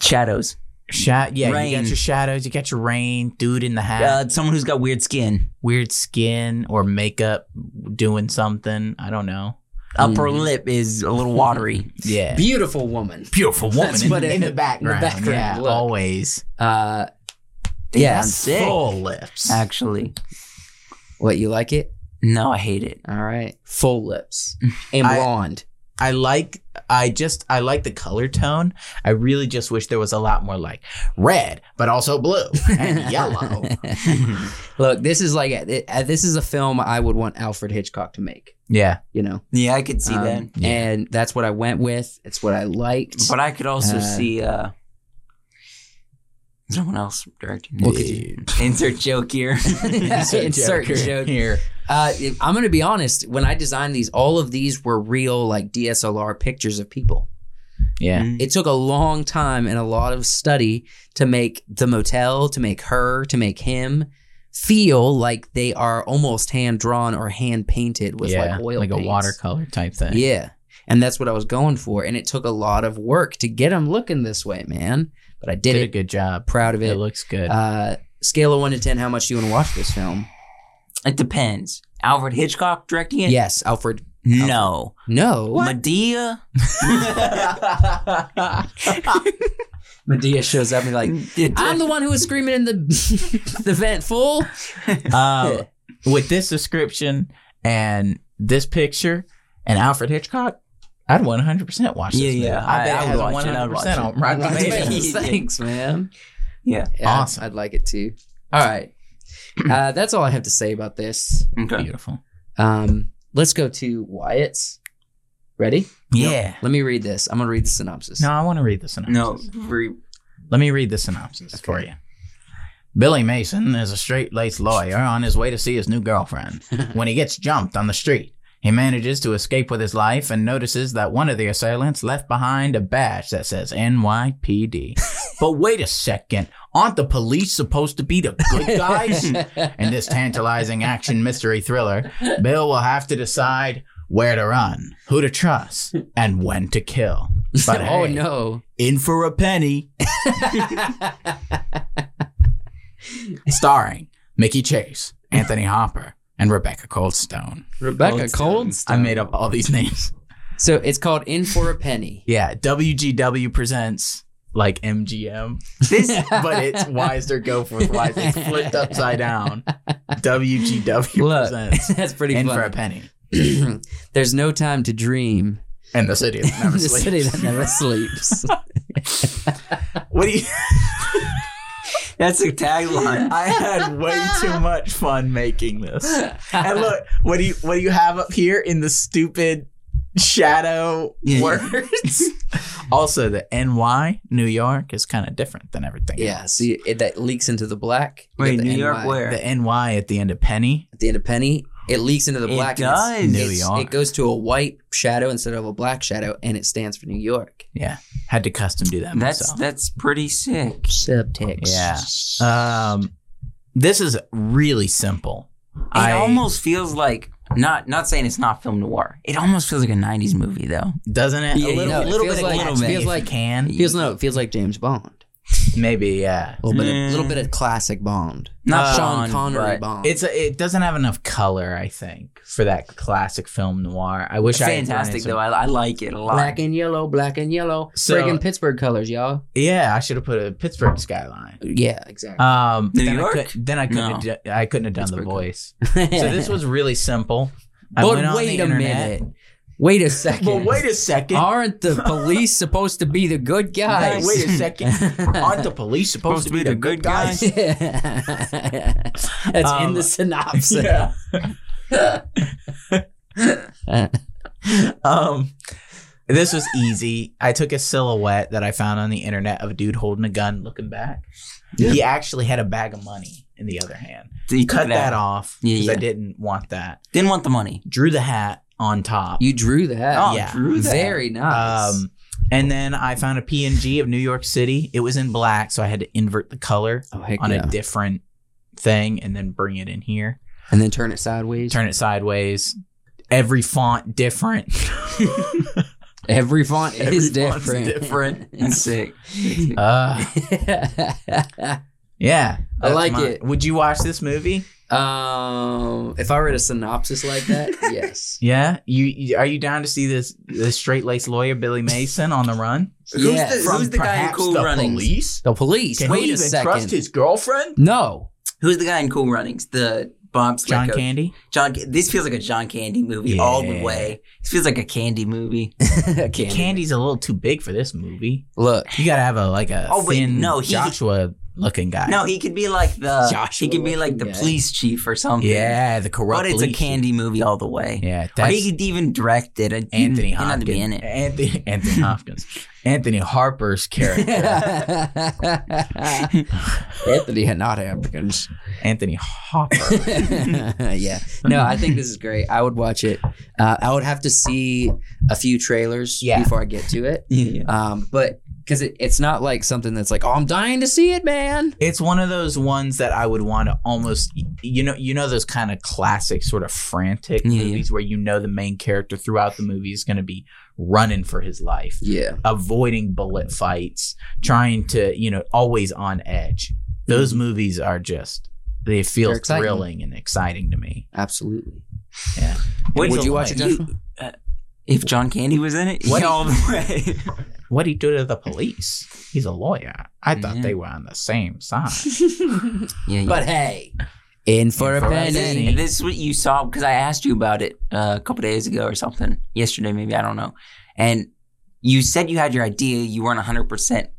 A: shadows.
E: Sha- yeah, you
A: Rain.
E: got your shadows, you got your rain, dude in the hat,
A: Uh, someone who's got weird skin,
E: weird skin or makeup, doing something. I don't know.
A: upper lip is a little watery.
E: Yeah,
F: Beautiful woman.
E: beautiful woman
F: That's
E: in,
F: what it-
E: in the
F: in the
E: background.
F: background,
E: yeah,
F: look.
E: always.
F: Uh, yeah.
A: that's sick.
E: Full lips.
A: Actually,
F: What, you like it?
A: no, I hate it.
F: All right. Full lips and
E: I-
F: blonde.
E: I like I just I like the color tone. I really just wish there was a lot more like red, but also blue
F: (laughs)
E: and (laughs) yellow.
F: Look, this is like it- uh, this is a film I would want Alfred Hitchcock to make.
E: Yeah.
F: You know,
A: Yeah, I could see
F: Um,
A: that,
E: Yeah.
F: and that's what I went with. It's what I liked.
A: but I could also
F: Uh,
A: see uh, someone else directing.
F: What
A: this.
F: could you-
A: insert joke
F: (laughs)
A: here? (laughs)
F: Insert
E: Joker
F: joke.
E: here.
F: Uh, I'm going to be honest. When I designed these, all of these were real, like DSLR pictures of people.
E: Yeah.
A: Mm.
F: It took a long time and a lot of study to make the motel, to make her, to make him feel like they are almost hand drawn or hand painted with
E: yeah,
F: like oil,
E: like a
F: paints.
E: watercolor type thing.
F: Yeah. And that's what I was going for. And it took a lot of work to get them looking this way, man. But I did,
E: Did a
F: it.
E: good job.
F: Proud of
E: It
F: it.
E: looks good.
F: uh, scale of one to 10, how much do you want to watch this film?
A: It depends. Alfred Hitchcock directing it.
F: Yes, Alfred
B: No.
F: No.
B: Medea?
F: Medea shows up and be
A: Mm,
F: like, I'm the (laughs) one who was screaming in the the vent, fool. (laughs)
A: Uh,
E: Um, with this description and this picture and Alfred Hitchcock, I'd 100% watch this.
B: Yeah,
E: movie.
B: yeah.
E: I, bet
B: I- I
E: it has
B: would watch it. I would
E: 100%
B: watch it.
E: on Rotten Tomatoes.
F: Thanks, man.
B: Yeah.
F: Yeah,
E: Awesome.
F: I'd, I'd like it too. All right. (clears throat) Uh, that's all I have to say about this.
B: Okay.
E: Beautiful.
F: Um, let's go to Wyatt's. Ready?
E: Yeah.
F: Let me read this. I'm going to read the synopsis. (laughs)
E: No, I want to read the synopsis.
B: No. re-
E: Let me read the synopsis for you. Billy Mason is a straight laced lawyer on his way to see his new girlfriend when he gets jumped on the street. He manages to escape with his life and notices that one of the assailants left behind a badge that says NYPD. but wait a second, aren't the police supposed to be the good guys? In this tantalizing action mystery thriller, Bill will have to decide where to run, who to trust, and when to kill.
F: (laughs)
E: But
F: oh,
E: hey,
F: no.
E: in for a penny. (laughs) Starring Mickey Chase, Anthony Hopper, and Rebecca Coldstone.
F: Rebecca
E: I
A: um,
F: Coldstone.
E: made up all these names.
F: So it's called In for a
A: (laughs)
F: Penny.
E: Yeah, WGW presents like MGM,
B: This
E: (laughs) but it's Wiser Go for Wise. It's flipped upside down. WGW
F: Look,
E: presents
F: (laughs) that's pretty
E: In for a
F: funny.
E: penny.
F: (clears throat) There's no time to dream.
E: And
B: (laughs)
E: the
F: (laughs)
E: city that never
F: the
E: sleeps.
F: city that never sleeps.
E: What do you?
B: (laughs) that's a tagline.
E: (laughs) I had way too much fun making (laughs) this. And look, what do you what do you have up here in the stupid shadow
B: Yeah, yeah.
E: words? also, the NY New York is kind of different than everything.
F: yeah, see it, that leaks into the black. You
B: Wait,
F: get the
B: New York
F: NY.
B: where?
E: The NY at the end of penny.
F: At the end of penny, it leaks into the
B: It
F: black.
B: does.
F: And
E: New
F: it's, it's,
E: York.
F: It goes to a white shadow instead of a black shadow, and it stands for New York.
E: Yeah, had to custom do that
B: that's
E: myself.
B: that's pretty sick.
F: Subtext.
E: Yeah. um, this is really simple.
B: It almost feels like not not saying it's not film noir. It almost feels like a '90s movie though.
E: doesn't it.
B: Yeah,
E: a little,
B: you know, it
E: little
F: feels
E: bit,
F: like-
E: of
F: it feels
E: feels
F: like-
E: like can
F: Feels no, it feels like James Bond.
E: maybe yeah.
F: A little bit,
B: Yeah.
F: of, little bit
E: Mm.
F: of classic Bond.
B: Not
F: Sean
B: Bond,
F: Connery
B: but-
F: Bond.
E: It's a, it doesn't have enough color, I think, for that classic film noir. I wish
B: It's
E: I had done
B: fantastic
E: it some-
B: though. I, I like it a lot.
F: black and yellow, black and yellow.
E: So-
F: Friggin' Pittsburgh colors, y'all.
E: Yeah, I should have put a Pittsburgh skyline.
F: Yeah, exactly.
E: Um,
B: New
E: then
B: York?
E: I could, then I couldn't. Have,
B: No.
E: do- I couldn't have done
B: Pittsburgh. (laughs)
E: the voice. Uh, so this was really simple. I went
F: (laughs) but
E: on
F: wait
E: the
F: a
E: internet.
F: minute. Wait a second.
E: But wait a
B: (laughs)
E: second.
F: Aren't the police supposed to be the
E: (laughs)
F: good guys?
E: Hey, wait a second.
F: (laughs)
E: Aren't the police supposed, to be, the good guys? (laughs)
F: That's in
E: Um,
F: the synopsis.
E: Yeah. um, this was easy. I took a silhouette that I found on the internet of a dude holding a gun, looking back. He actually had a bag of money in the other hand.
B: You
E: Cut that off
B: Yeah,
E: because I
B: yeah.
E: didn't want that.
B: Didn't want the money.
E: Drew the hat on top.
F: (laughs) You drew that.
B: Oh,
E: yeah.
B: drew that.
F: Very nice.
E: Um, and then I found a PNG of New York City. It was in black, so I had to invert the color
F: oh, heck
E: on
F: yeah.
E: a different thing and then bring it in here.
F: and then turn it sideways.
E: Turn it sideways. Every
F: (laughs)
E: font different.
F: Every font
E: Every
F: is
E: font's
F: different.
B: That's sick.
E: uh, yeah,
F: I
E: that's
F: like it.
E: Would you watch this movie?
F: (laughs) um, if I read a synopsis like
E: (laughs)
F: that, yes.
E: Yeah, you, you are you down to see this this straight laced
F: (laughs)
E: lawyer Billy Mason on the run?
F: yes.
B: Who's the- who's the guy in
E: perhaps
B: Cool
E: the
B: Runnings?
E: Police?
F: the police.
E: Can
F: wait
E: he
F: a
E: even
F: second.
E: trust his girlfriend?
F: no. (laughs)
B: Who's the guy in Cool Runnings? The Bob
E: John
B: Slecko.
E: Candy.
B: John. This feels like a John Candy movie
E: Yeah.
B: all the way. This feels like a Candy (laughs) movie.
F: Candy.
E: Candy's a little too big for this movie.
F: Look.
E: You gotta have a like a
B: Oh, wait,
E: thin
B: no, he-
E: Joshua looking guy.
B: No, uh, he could be like the.
F: Joshua
B: he could be like the
F: looking guy.
B: police chief or something.
E: yeah, the corrupt.
B: but it's a
E: police.
B: Candy movie all the way.
E: Yeah,
B: Or
E: that's
B: he could even direct it. It-
E: Anthony
B: it not to
E: Hopkins.
B: be in it.
E: Anthony
B: (laughs)
E: Anthony Hopkins. Anthony Harper's character.
F: (laughs) Anthony had not Africans.
E: Anthony Hopper.
F: (laughs) yeah. No, I think this is great. I would watch it. Uh, I would have to see a few trailers
E: Yeah.
F: before I get to it. Um, but because it, it's not like something that's like, oh, I'm dying to see it, man.
E: It's one of those ones that I would want to almost you know you know those kind of classic sort of frantic
B: Yeah, yeah.
E: movies where you know the main character throughout the movie is going to be running for his life,
F: Yeah.
E: avoiding bullet fights, trying to, you know, always on edge. Those movies are just they feel
F: They're exciting.
E: thrilling and exciting to me.
F: Absolutely.
E: Yeah.
B: Would
E: It's
F: would you
E: a-
F: watch it, Joshua?
B: If John Candy was in it,
A: What-
B: yeah, all (laughs) the way.
A: What he do to the police? He's a lawyer. I thought they were on the same side.
B: (laughs) yeah, yeah.
F: (laughs) But hey, in for a
B: And this,
F: penny.
B: and this is what you saw because I asked you about it uh, a couple days ago or something. Yesterday, maybe I don't know. And you said you had your idea. You weren't hundred percent.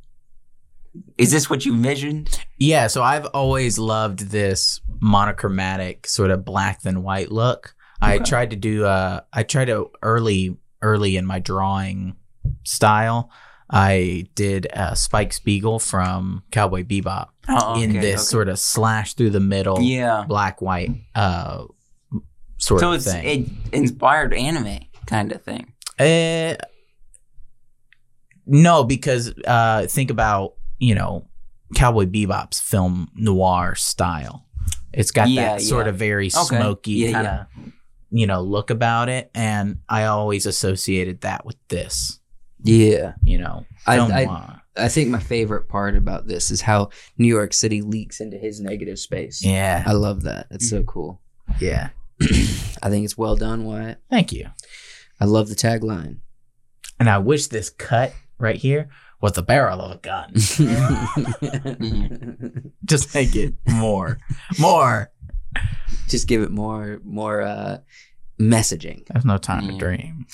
B: Is this what you envisioned?
A: Yeah, so I've always loved this monochromatic sort of black than white look. I
B: Okay.
A: tried to do uh I tried to early early in my drawing style. I did uh, Spike Spiegel from Cowboy Bebop
B: Oh,
A: in
B: okay,
A: this
B: okay.
A: sort of slash through the middle
B: Yeah.
A: black white uh sort
B: so
A: of
B: it's
A: thing.
B: it inspired anime kind of thing.
A: Uh, no, because uh, think about you know Cowboy Bebop's film noir style. It's got
B: Yeah,
A: that sort
B: yeah.
A: of very
B: Okay.
A: smoky
B: Yeah,
A: kind of you know look about it, and I always associated that with this.
F: Yeah.
A: You know,
F: I-
A: film
F: I-
A: noir.
F: I think my favorite part about this is how New York City leaks into his negative space.
A: yeah,
F: I love that. That's
A: Mm-hmm.
F: so cool. (clears throat)
A: yeah.
F: I think it's well done, Wyatt.
A: Thank you.
F: I love the tagline.
A: And I wish this cut right here was the barrel of a gun. (laughs) Mm-hmm. Just make it more, more.
F: (laughs) Just give it more more uh messaging.
A: There's no time to
B: Yeah.
A: dream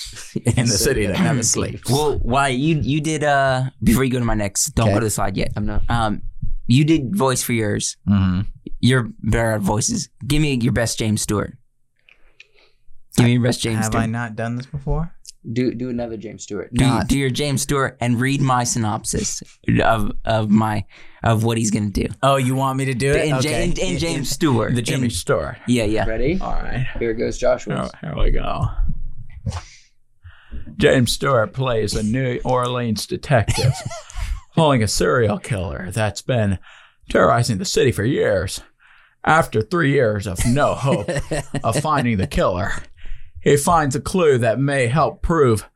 A: in the city that never sleeps.
B: Well, why you you did uh before you go to my next? Don't
F: Okay.
B: go to the slide yet.
F: I'm not
B: Um, you did voice for yours.
A: Mm-hmm.
B: You're better at voices. Give me your best James Stewart. Give me your best James
A: Have
B: Stewart.
A: I not done this before?
F: do do another James Stewart.
B: do,
F: Not
B: do your James Stewart and read my synopsis of of my of what he's gonna do.
A: Oh, you want me to do
B: And, Ja- and, and James Stewart.
A: the Jimmy
B: And-
A: Store.
B: yeah, yeah.
F: ready.
A: All right.
F: Here goes Joshua.
A: Here, here we go. James Stewart plays a New Orleans
B: (laughs)
A: detective following a serial killer that's been terrorizing the city for years. After three years of no
B: (laughs)
A: hope of finding the killer, he finds a clue that may help prove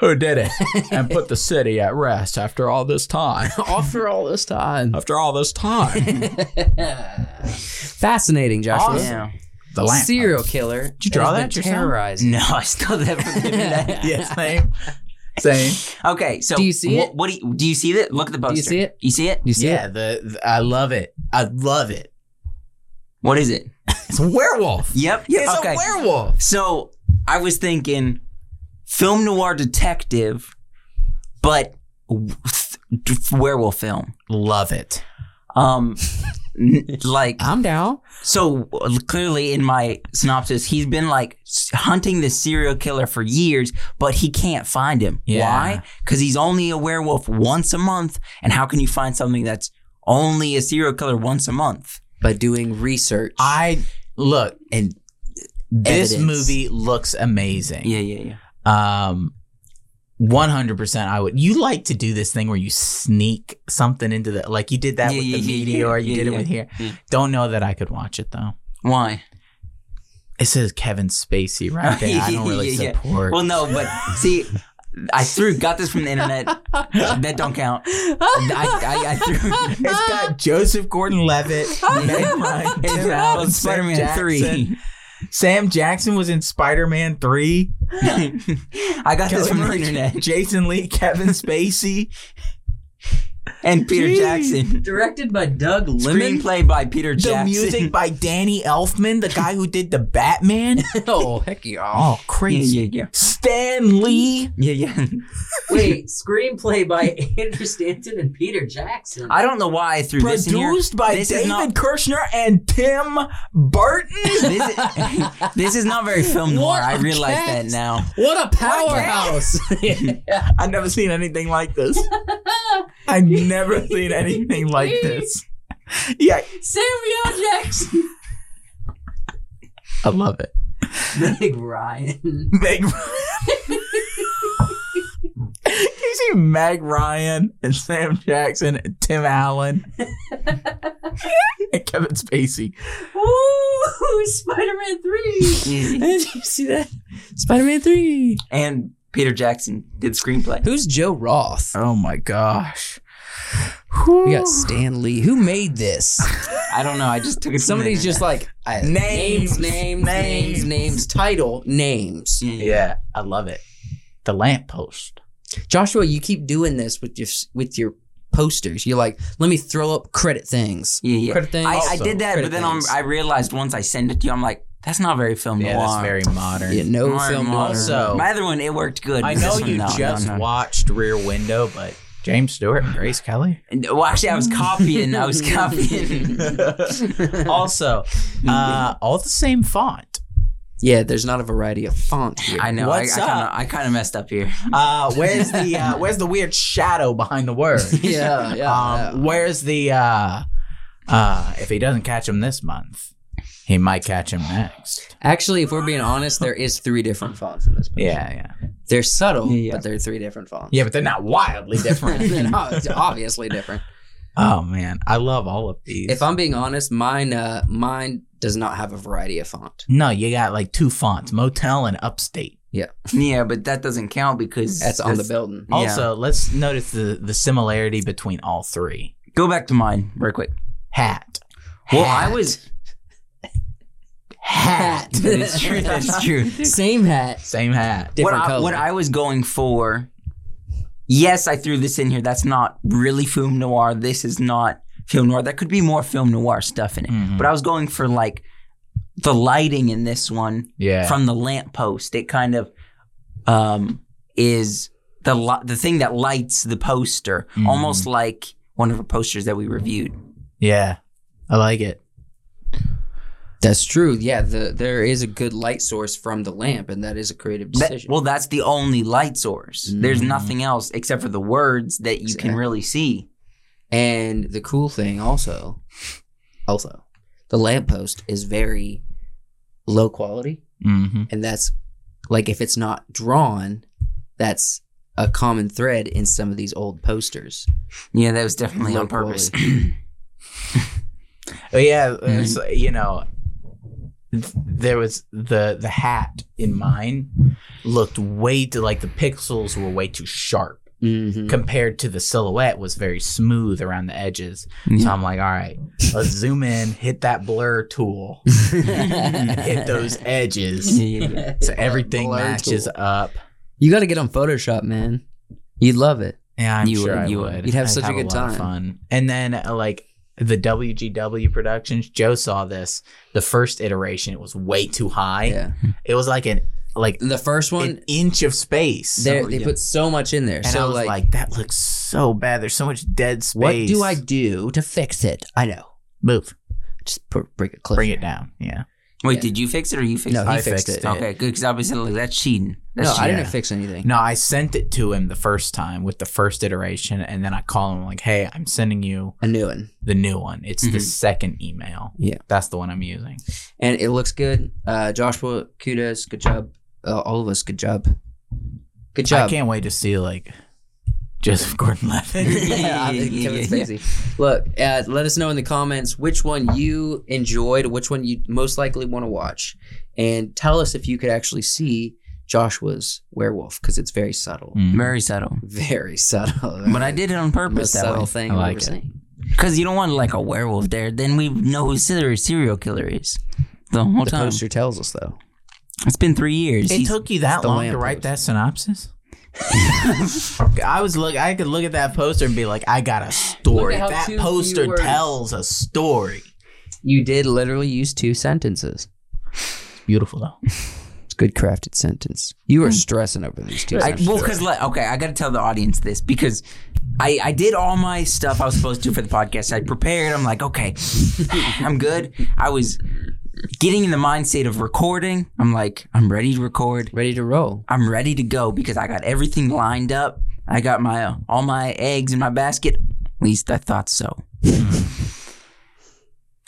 A: who did it and put the city at rest after all this
B: (laughs)
A: time.
F: Offer all this time.
A: After all this time.
F: (laughs) Fascinating, Joshua.
B: Yeah.
A: The lamp.
F: Serial killer. Did
A: you draw that yourself? Mm.
F: Terrorizing.
B: No, I stole that from
A: (laughs)
B: the internet.
A: yeah, same.
B: (laughs)
A: Same.
B: Okay, so
F: Do you see
B: wha-
F: it?
B: What do you, do you see that? Look at the poster.
F: Do you see it?
B: You see it?
F: You see
A: Yeah,
F: it?
A: the, the- I love it. I love it.
B: What is it?
A: It's a werewolf.
B: Yep.
A: It's
B: okay.
A: a werewolf.
B: So I was thinking film noir detective, but w- th- werewolf film.
A: Love it.
B: Um,
A: (laughs)
B: n- like
F: I'm down.
B: so uh, clearly in my synopsis, he's been like s- hunting the serial killer for years, but he can't find him.
A: Yeah.
B: Why? Because he's only a werewolf once a month, and how can you find something that's only a serial killer once a month?
F: By doing research.
A: I look and this
F: Evidence.
A: movie looks amazing.
B: Yeah, yeah, yeah.
A: Um 100% I would. You like to do this thing where you sneak something into the like you did that
B: Yeah,
A: with
B: yeah,
A: the
B: yeah,
A: meteor,
B: yeah,
A: you did
B: yeah,
A: it with here.
B: yeah.
A: Don't know that I could watch it though.
B: Why?
A: It says Kevin Spacey
B: (laughs)
A: right there. I don't really
B: Yeah, yeah.
A: support.
B: Well, no, (laughs) but see, I threw got this from the internet. that don't count. I, I, I (laughs) threw.
A: It's got Joseph
B: (laughs)
A: Gordon-Levitt, Meg Ryan,
B: It's
A: Tim
B: out
A: Allen,
B: on
A: Sam
B: Spider-Man
A: Jackson.
B: Three. (laughs)
A: Sam Jackson was in Spider-Man Three.
B: I got this from the internet
A: (laughs) Jason Lee,
B: (laughs)
A: Kevin Spacey.
B: and Peter
A: Gee.
B: Jackson.
C: Directed by Doug Lemon.
B: Screenplay by Peter
A: The
B: Jackson.
A: music by Danny Elfman, the guy who did the
B: (laughs)
A: Batman.
F: (laughs) oh heck yeah.
A: Oh, crazy.
B: Yeah, yeah, yeah.
A: Stan Lee.
B: (laughs) Yeah, yeah.
C: Wait, screenplay by Andrew Stanton and Peter Jackson.
B: I don't know why I threw this in here.
A: Produced by
B: This is
A: David
B: not-
A: Kirshner and Tim
B: (laughs)
A: Burton.
B: This is, (laughs) this is not very film noir.
F: What
B: I
F: a
B: realize that
F: cast.
B: now.
F: What a powerhouse.
A: I've never seen anything
C: (laughs)
A: like this. I've never seen anything like
C: (laughs)
A: this. Yeah,
C: Samuel Jackson.
A: I love it.
C: Meg Ryan. (laughs)
A: Meg Ryan. Can you see Meg Ryan and Sam Jackson and
C: (laughs)
A: Tim Allen and Kevin Spacey?
C: Ooh, Spider-Man 3.
B: (laughs) Yeah.
F: Did you see that? Spider-Man 3.
B: And Peter Jackson did screenplay.
F: Who's Joe Roth?
A: Oh my gosh.
F: We got Stan Lee. Who made this?
B: I don't know. I just took it. from the
F: Somebody's
B: internet.
F: just like I-
A: Names,
F: names, names, names,
A: names.
F: names, title, names.
B: Yeah, yeah.
A: Yeah, I love it. the lamppost.
F: Joshua, you keep doing this with your with your posters. You're like, let me throw up credit things.
B: Yeah, yeah.
F: Credit things.
B: I, I did that,
F: Credit
B: but then I'm,
F: things.
B: I realized once I send it to you, I'm like, that's not very film
E: Yeah,
B: noir.
E: that's very modern.
F: Yeah, no film noir.
B: (laughs)
E: Also-
B: my other one it worked good.
E: I
B: but
E: know
B: this one, (laughs)
E: you
B: no,
E: just
B: no, no.
E: watched Rear Window, but James Stewart and Grace Kelly.
B: And- Well, actually, I was copying. I (laughs) was copying. (laughs)
E: also, uh, all the same font.
F: (laughs) yeah, there's not a variety of font here.
B: I know.
E: What's
B: I, I
E: up?
B: Kinda, I kind of messed up here. (laughs)
E: Uh, where's the uh, where's the weird shadow behind the (laughs) word?
F: (laughs) yeah, yeah.
E: Um, where's the uh, uh, if he doesn't catch him this month, he might catch him next.
F: Actually, if we're being honest, there is three different fonts in this. Picture.
E: Yeah, yeah,
F: They're subtle,
B: Yeah.
F: but they're three different fonts.
E: yeah. But they're not wildly different.
B: (laughs)
F: They're not- they're (laughs) obviously different.
E: (laughs) oh man, I love all of these.
F: If I'm being honest, mine uh, mine does not have a variety of font.
E: no, you got like two fonts: Motel and Upstate.
B: yeah, but that doesn't count because
F: That's on the building.
B: Yeah.
E: Also, let's notice the the similarity between all three.
B: Go back to mine real quick.
E: Hat.
B: Well, I was. (laughs)
E: Hat.
F: (laughs)
B: That's true. (laughs) That's true.
F: Same hat,
E: Same hat.
F: different
B: what I,
F: color.
B: what I was going for, yes, I threw this in here. That's not really film noir. This is not film noir. There could be more film noir stuff in it.
E: Mhm.
B: But I was going for like the lighting in this one
E: Yeah.
B: from the lamppost. It kind of um, is the li- the thing that lights the poster,
F: Mm-hmm.
E: Mhm.
B: almost like one of the posters that we reviewed.
E: yeah. I like it.
F: That's true. Yeah, the there is a good light source from the lamp, and that is a creative
B: That-
F: decision.
B: well, that's the only light source. There's
E: Mhm.
B: nothing else except for the words that you can
F: Exactly.
B: really see.
F: and the cool thing also, also, the lamppost is very low quality,
E: Mm-hmm.
F: and that's like if it's not drawn, that's a common thread in some of these old posters.
B: Yeah, that was definitely
F: Low
B: on purpose. (laughs)
E: But yeah, it's, you know, th- there was the the hat in mine looked way too like the pixels were way too sharp
F: Mm-hmm.
E: compared to the silhouette was very smooth around the edges. So
B: Yeah.
E: I'm like, all right, let's zoom in, hit that blur tool,
F: (laughs)
E: and hit those edges. So everything
F: Blur
E: matches
F: tool.
E: up.
F: You got to get on Photoshop, man. You'd love it.
E: Yeah, I'm
B: You
E: sure
B: would-
E: I
B: you
E: would.
B: would.
F: You'd have
E: I'd
F: such a good
E: lot
F: time.
E: of fun. And then uh, like the WGW Productions, Joe saw this. The first iteration, it was way too high.
F: Yeah.
E: It was like an like
F: The first
E: an
F: one,
E: inch of space.
F: there
E: So,
F: they
E: yeah.
F: put so much in there.
E: and I
F: so
E: was like,
F: like,
E: that looks so bad. There's so much dead space.
F: what do I do to fix it? I know.
E: move?
F: Just put, break a clip.
E: Bring it down. Yeah.
B: Wait,
F: Yeah.
B: did you fix it or you fixed
F: No,
B: it?
F: he
E: I
F: fixed,
E: fixed
F: it.
E: it.
B: Okay, good, because I was like, that's cheating. That's
F: No, I
B: cheating.
F: didn't fix anything.
E: No, I sent it to him the first time with the first iteration, and then I call him like, "Hey, I'm sending you
F: A new one.
E: the new one. It's the
B: Mhm.
E: second email.
F: Yeah.
E: that's the one I'm using.
F: and it looks good. Uh, Joshua, kudos, good job. Uh, all of us, good job. Good
E: I
F: job.
E: can't wait to see like Joseph Gordon-Levitt.
F: (laughs) yeah, I think Kevin Spacey. Look, uh, let us know in the comments which one you enjoyed, which one you most likely want to watch, and tell us if you could actually see Joshua's werewolf because it's very subtle,
B: Very subtle.
F: very subtle.
B: Mm. (laughs) But I did it on purpose
F: most
B: that
F: subtle
B: way.
F: thing
E: I
F: I've
E: like
F: ever
E: it.
F: seen.
B: Because you don't want like a werewolf there. Then we know who serial serial killer is the whole
F: The
B: time.
F: poster tells us though.
B: It's been three years.
E: It
B: He's-
E: took you that
F: the
E: long to
F: lamppost.
E: write that synopsis. (laughs) I was look. I could look at that poster and be like, "I got a
C: Look
E: story."
C: at how
E: That
C: two
E: poster
C: few words.
E: tells a story.
F: You did literally use two sentences.
E: Beautiful though.
F: It's a good crafted sentence. You were stressing over these two.
B: Mm. I, (laughs)
F: sentences.
B: well, because like, okay, I got to tell the audience this because I, I did all my stuff I was supposed to do for the podcast. I prepared. I'm like, okay, (laughs) I'm good. I was getting in the mindset of recording. I'm like, I'm ready to record.
F: ready
B: (laughs)
F: to roll.
B: I'm ready to go because I got everything lined up. I got my uh, all my eggs in my basket. At least I thought so.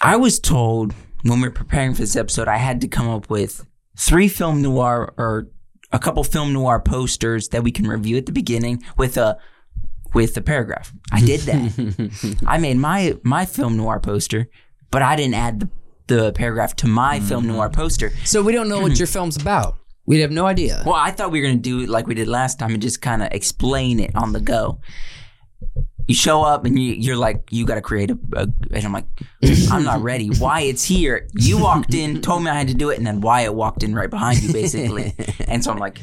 B: I was told when we were preparing for this episode, I had to come up with three film noir or a couple film noir posters that we can review at the beginning with a with a paragraph. I did
F: (laughs)
B: that. I made my my film noir poster, but I didn't add the, the paragraph to my film noir poster.
F: So we don't know what your film's about. We'd have no idea.
B: Well, I thought we were going to do it like we did last time and just kind of explain it on the go. You show up and you, you're like, you got to create a, a. And I'm like, I'm not ready. Wyatt's here. You walked in, told me I had to do it, and then Wyatt walked in right behind you, basically. and so I'm like,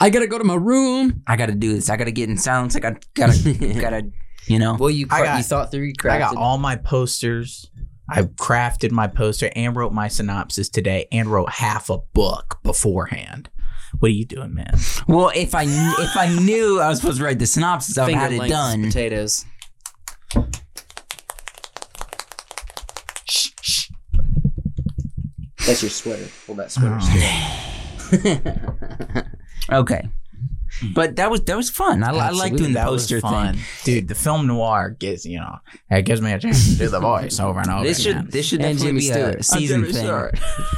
F: I got to go to my room.
B: I got to do this. I got to get in silence. I got gotta gotta you know.
F: Well, you
E: I got- you
F: thought through. You
E: I got all my posters. I crafted my poster and wrote my synopsis today and wrote half a book beforehand. What are you doing, (laughs) man?
B: Well, if I if I knew I was supposed to write the synopsis, I would have had it done.
F: Potatoes. That's your sweater. Pull that sweater.
B: Oh. Okay. But that was that was fun. I, I like doing the
E: That was
B: poster
E: fun.
B: thing.
E: dude. The film noir gives you know it gives me a chance to do the voice over and over.
B: This should
E: again.
B: this should
F: And
B: definitely
F: Jimmy
B: be a
F: Stewart.
B: season
F: Jimmy
B: thing.
F: Stewart.
B: yeah,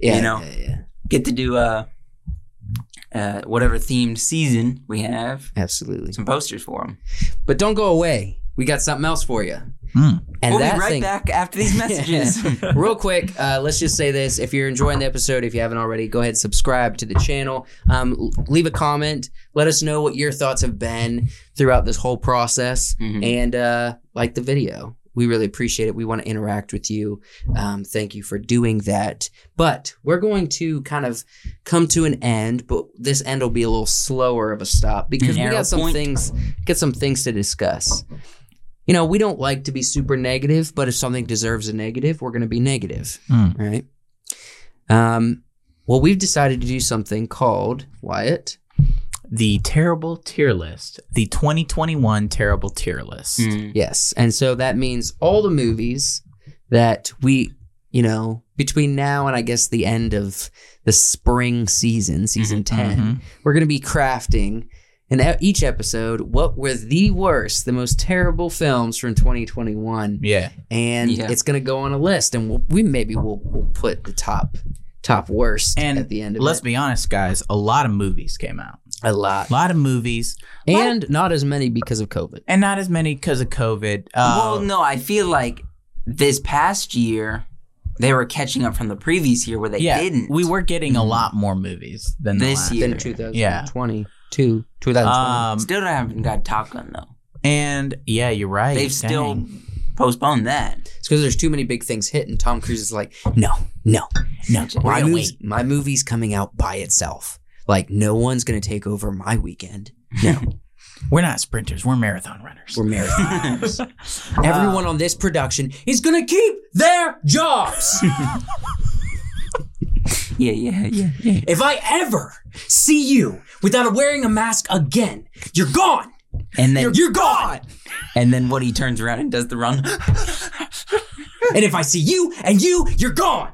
F: Yeah,
B: you know, get to do uh, uh, whatever themed season we have.
F: Absolutely.
B: Some posters for them.
F: But don't go away. We got something else for you. And
B: Hmm. we'll
F: that
B: be right
F: thing,
B: back after these messages. Mm-hmm.
F: Real quick, uh, let's just say this. If you're enjoying the episode, if you haven't already, go ahead and subscribe to the channel. Um, l- leave a comment. Let us know what your thoughts have been throughout this whole process.
B: Mhm.
F: And uh, like the video. We really appreciate it. We want to interact with you. Um, thank you for doing that. But we're going to kind of come to an end, but this end will be a little slower of a stop because
B: An
F: we
B: arrow
F: got some
B: point.
F: things get some things to discuss. You know, we don't like to be super negative, but if something deserves a negative, we're going to be negative,
E: Hmm.
F: right? Um, well, we've decided to do something called Wyatt.
E: the terrible tier list, the 2021 terrible tier list.
B: Mm.
F: Yes, and so that means all the movies that we, you know, between now and I guess the end of the spring
E: Mm-hmm.
F: season, season 10 we're going to be crafting in e- each episode what were the worst, the most terrible films from 2021,
E: Yeah,
F: and
B: Yeah.
F: it's going to go on a list, and we'll, we maybe we'll, we'll put the top top worst
E: And
F: at the end of
E: let's
F: it.
E: be honest, guys. A lot of movies came out.
F: a lot,
E: A lot of movies,
F: and not as many because of COVID.
E: and not as many because of COVID. Uh,
B: well, no, I feel like this past year they were catching up from the previous year where they
E: yeah,
B: didn't.
E: we were getting a lot more movies than the
B: This
E: last.
B: year.
F: Then 2022, 2020.
E: Um,
B: still haven't got Top Gun though.
E: and yeah, you're right.
B: They've still
E: Dang.
B: postponed that.
F: It's because there's too many big things hit, and Tom Cruise is like, no, no, no. My, movie's, my movie's coming out by itself. Like, no one's going to take over my weekend.
E: We're not sprinters. We're marathon runners.
F: We're marathoners. (laughs) Everyone on this production is going to keep their jobs.
B: Yeah, yeah, yeah, yeah.
F: if I ever see you without wearing a mask again, you're gone.
B: And then
F: You're gone.
B: and then what he turns around and does the run.
F: And if I see you and you, you're gone.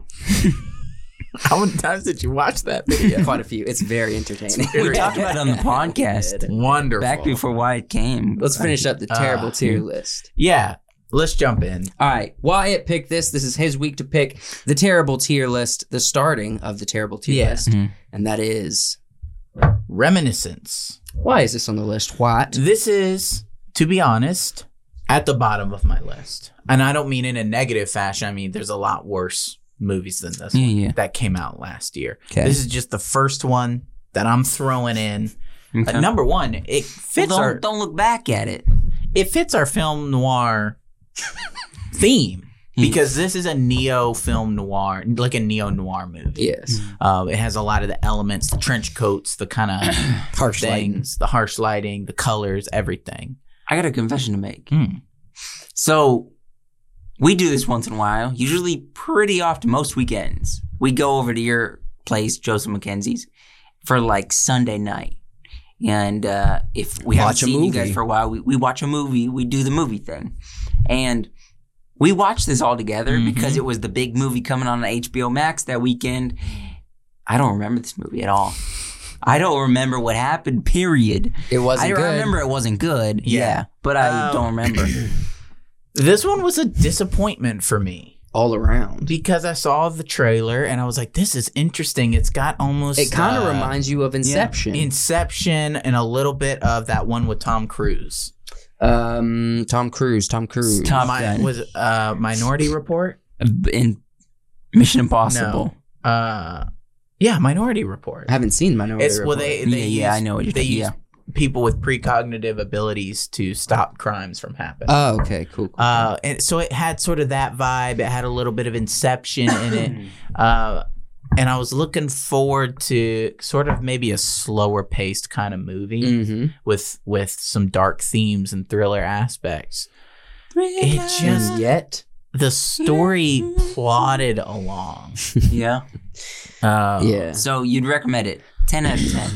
E: How many times did you watch that video?
F: Quite a few. It's very entertaining.
B: we
F: (laughs)
B: talked about it on the podcast
E: Wonderful.
B: back before Wyatt came.
F: Let's finish up the terrible
E: Uh,
F: tier list.
E: Yeah, let's jump in.
F: All right, Wyatt picked this. This is his week to pick the terrible tier list, the starting of the terrible tier
E: Yeah. Mm-hmm.
F: list,
B: Mhm.
F: and that is
E: Reminiscence.
F: why is this on the list? What?
E: This is, to be honest, at the bottom of my list, and I don't mean in a negative fashion. I mean there's a lot worse movies than this
B: Yeah, yeah.
E: that came out last year.
B: Okay.
E: This is just the first one that I'm throwing in.
B: Okay.
E: Uh, number one, it fits
B: don't,
E: our
B: don't look back at it.
E: it fits our film noir theme
F: Hmm.
E: because this is a neo film noir, like a neo noir movie.
F: Yes,
E: Uh, it has a lot of the elements, the trench coats, the kind of
F: (coughs) harsh lighting.
E: things, the harsh lighting, the colors, everything.
B: I got a confession to make.
E: Mm.
B: So we do this once in a while, usually pretty often, most weekends. We go over to your place, Joseph McKenzie's, for like Sunday night. And uh, if we haven't
F: Watch a
B: seen you
F: movie.
B: guys for a while, we, we watch a movie, we do the movie thing. And we watched this all together because it was the big movie coming on HBO Max that weekend. I don't remember this movie at all. I don't remember what happened, period.
F: It wasn't
B: I
F: good.
B: remember it wasn't good.
E: Yeah.
B: Yeah. but I
E: Um,
B: don't
E: (clears throat)
B: remember.
E: This one was a disappointment for me
F: all around.
E: because I saw the trailer and I was like, "This is interesting." It's got almost
F: It kind of
E: uh,
F: reminds you of Inception.
E: Inception and a little bit of that one with Tom Cruise.
F: um, Tom Cruise. Tom Cruise.
B: Top
E: Mi-
B: Gun
E: was uh, Minority Report.
B: in Mission Impossible.
E: Uh, yeah, Minority Report.
F: I haven't seen Minority
E: It's well,
F: Report.
E: they,
B: Yeah,
E: they
B: yeah, I
E: use-
B: know what you're
E: they
B: talking-
E: use
B: yeah.
E: people with precognitive abilities to stop crimes from happening.
F: Oh, okay, cool. cool.
E: Uh, and so it had sort of that vibe. It had a little bit of Inception
B: (coughs)
E: in it. Uh, and I was looking forward to sort of maybe a slower paced kind of movie
B: Mm.
F: Mm-hmm,
E: with with some dark themes and thriller aspects. It just
F: yet
E: the story plotted along.
B: yeah.
E: Uh,
F: yeah.
B: So you'd recommend it? Ten out of ten.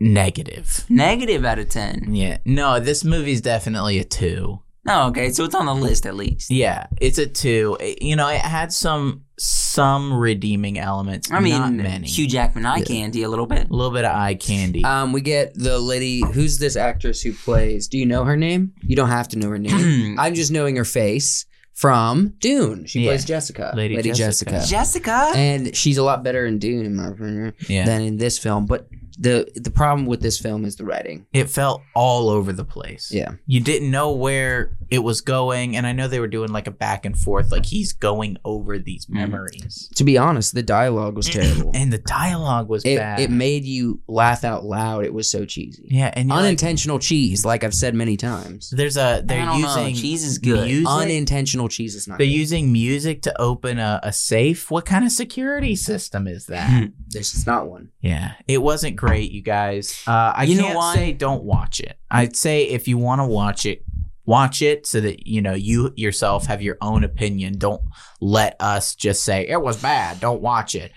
E: Negative.
B: Negative out of ten.
E: Yeah. No, this movie's definitely a two.
B: Oh, okay. So it's on the list at least.
E: Yeah, it's a two. It- you know, it had some some redeeming elements.
B: I mean,
E: not many.
B: Hugh Jackman eye candy a little bit. (clears throat)
E: A little bit of eye candy.
B: uh,
F: Um, we get the lady. Who's this actress who plays? Do you know her name? You don't have to know her
E: (clears throat)
F: name. I'm just knowing her face from Dune. She
E: Yeah.
F: plays Jessica,
E: Lady Jessica.
B: Jessica.
F: and she's a lot better in Dune, in my opinion,
E: Yeah.
F: than in this film. But the the problem with this film is the writing.
E: it felt all over the place.
F: Yeah,
E: You didn't know where it was going, and I know they were doing like a back and forth, like he's going over these memories,
F: to be honest, the dialogue was
E: (laughs)
F: terrible.
E: and the dialogue was
F: It,
E: bad.
F: it made you laugh out loud. It was so cheesy.
E: yeah, and you're like,
F: Unintentional cheese, like I've said many times.
E: there's a
B: I
E: they're
B: don't know.
E: using
B: Cheese is good.
E: music-
F: Unintentional cheese is not.
E: They're
F: good.
E: using music to open a, a safe. What kind of security system is that?
F: This is not one.
E: yeah, it wasn't great, you guys. Uh, I
B: You know
E: can't
B: why?
E: say don't watch it. I'd say if you want to watch it, watch it so that you know you yourself have your own opinion. Don't let us just say it was bad. Don't watch it.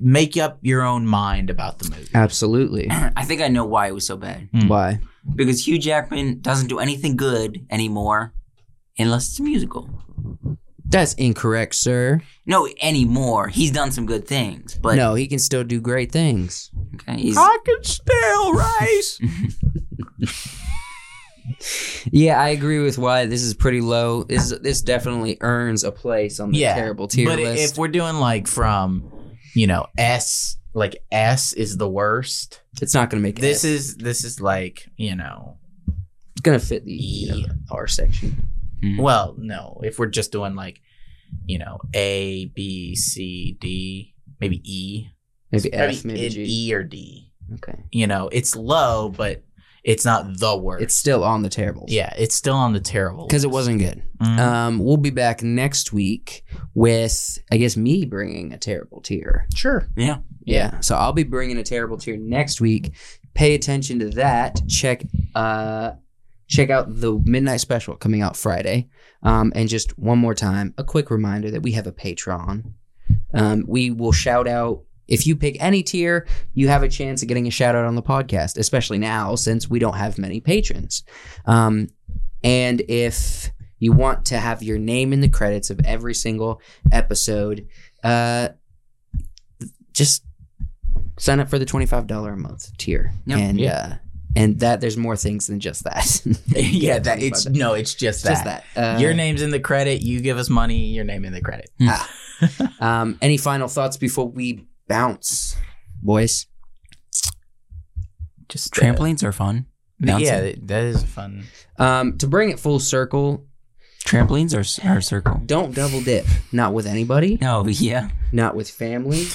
E: Make up your own mind about the movie. (clears throat)
F: Absolutely.
B: (clears throat) I think I know why it was so bad.
F: Why?
B: Because Hugh Jackman doesn't do anything good anymore, unless it's a musical.
F: That's incorrect, sir.
B: No, anymore. He's done some good things, but
F: no, he can still do great things.
B: okay, he's
E: can still race.
F: Yeah, I agree with why this is pretty low. This this definitely earns a place on the
E: yeah,
F: terrible tier
E: but i-
F: list.
E: if we're doing like from, you know, S like S is the worst.
F: it's not going to make
E: this
F: it.
E: is this is like you know
F: It's going to fit the you
E: E.
F: know, the R section.
E: well no if we're just doing like you know a b c d maybe e
F: Maybe F, maybe
E: in
F: G.
E: e or d
F: Okay,
E: you know it's low but it's not the worst
F: it's still on the terrible.
E: yeah it's still on the terrible
F: because it
E: list.
F: wasn't good.
E: Mhm.
F: Um, we'll be back next week with I guess me bringing a terrible tier.
E: sure
B: yeah.
F: Yeah. So I'll be bringing a terrible tier next week. Pay attention to that. Check uh check out the midnight special coming out Friday. Um and just one more time, a quick reminder that we have a Patreon. Um we will shout out if you pick any tier, you have a chance of getting a shout out on the podcast, especially now since we don't have many patrons. Um and if you want to have your name in the credits of every single episode, uh just sign up for the twenty five dollar a month tier,
B: Yep.
F: and
E: Yeah.
F: uh, and that there's more things than just that.
E: (laughs)
F: (laughs)
E: yeah that it's
F: $25.
E: no it's just
F: It's
E: that,
F: just that. Uh,
E: your name's in the credit you give us money your name in the credit
F: Um, any final thoughts before we bounce, boys?
E: just uh,
B: Trampolines are fun. Bouncing.
E: yeah that- that is fun
F: Um, to bring it full circle,
B: Trampolines are are circle.
F: don't double dip. Not with anybody.
B: No, yeah,
F: Not with family.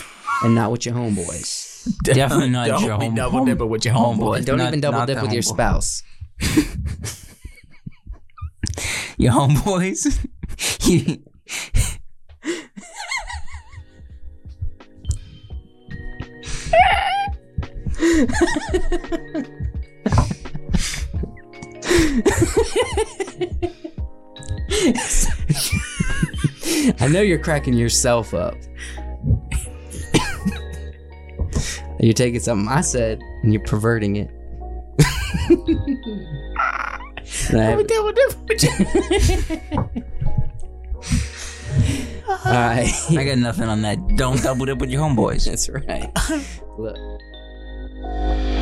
F: And not with your homeboys.
B: definitely not
E: Don't
B: your
E: be
B: home,
E: double
B: home-
E: dipping with your homeboys.
F: And don't
B: Not-
F: even double
B: not
F: dip
B: the
F: with your
B: homeboy.
F: spouse.
B: (laughs) Your homeboys.
E: (laughs)
B: You-
F: I know you're cracking yourself up. (laughs) you're taking something I said and you're
B: (laughs)
F: perverting it. And I have- (laughs)
B: (laughs)
F: All right.
B: I got nothing on that. Don't double dip with your homeboys.
F: That's right. Look.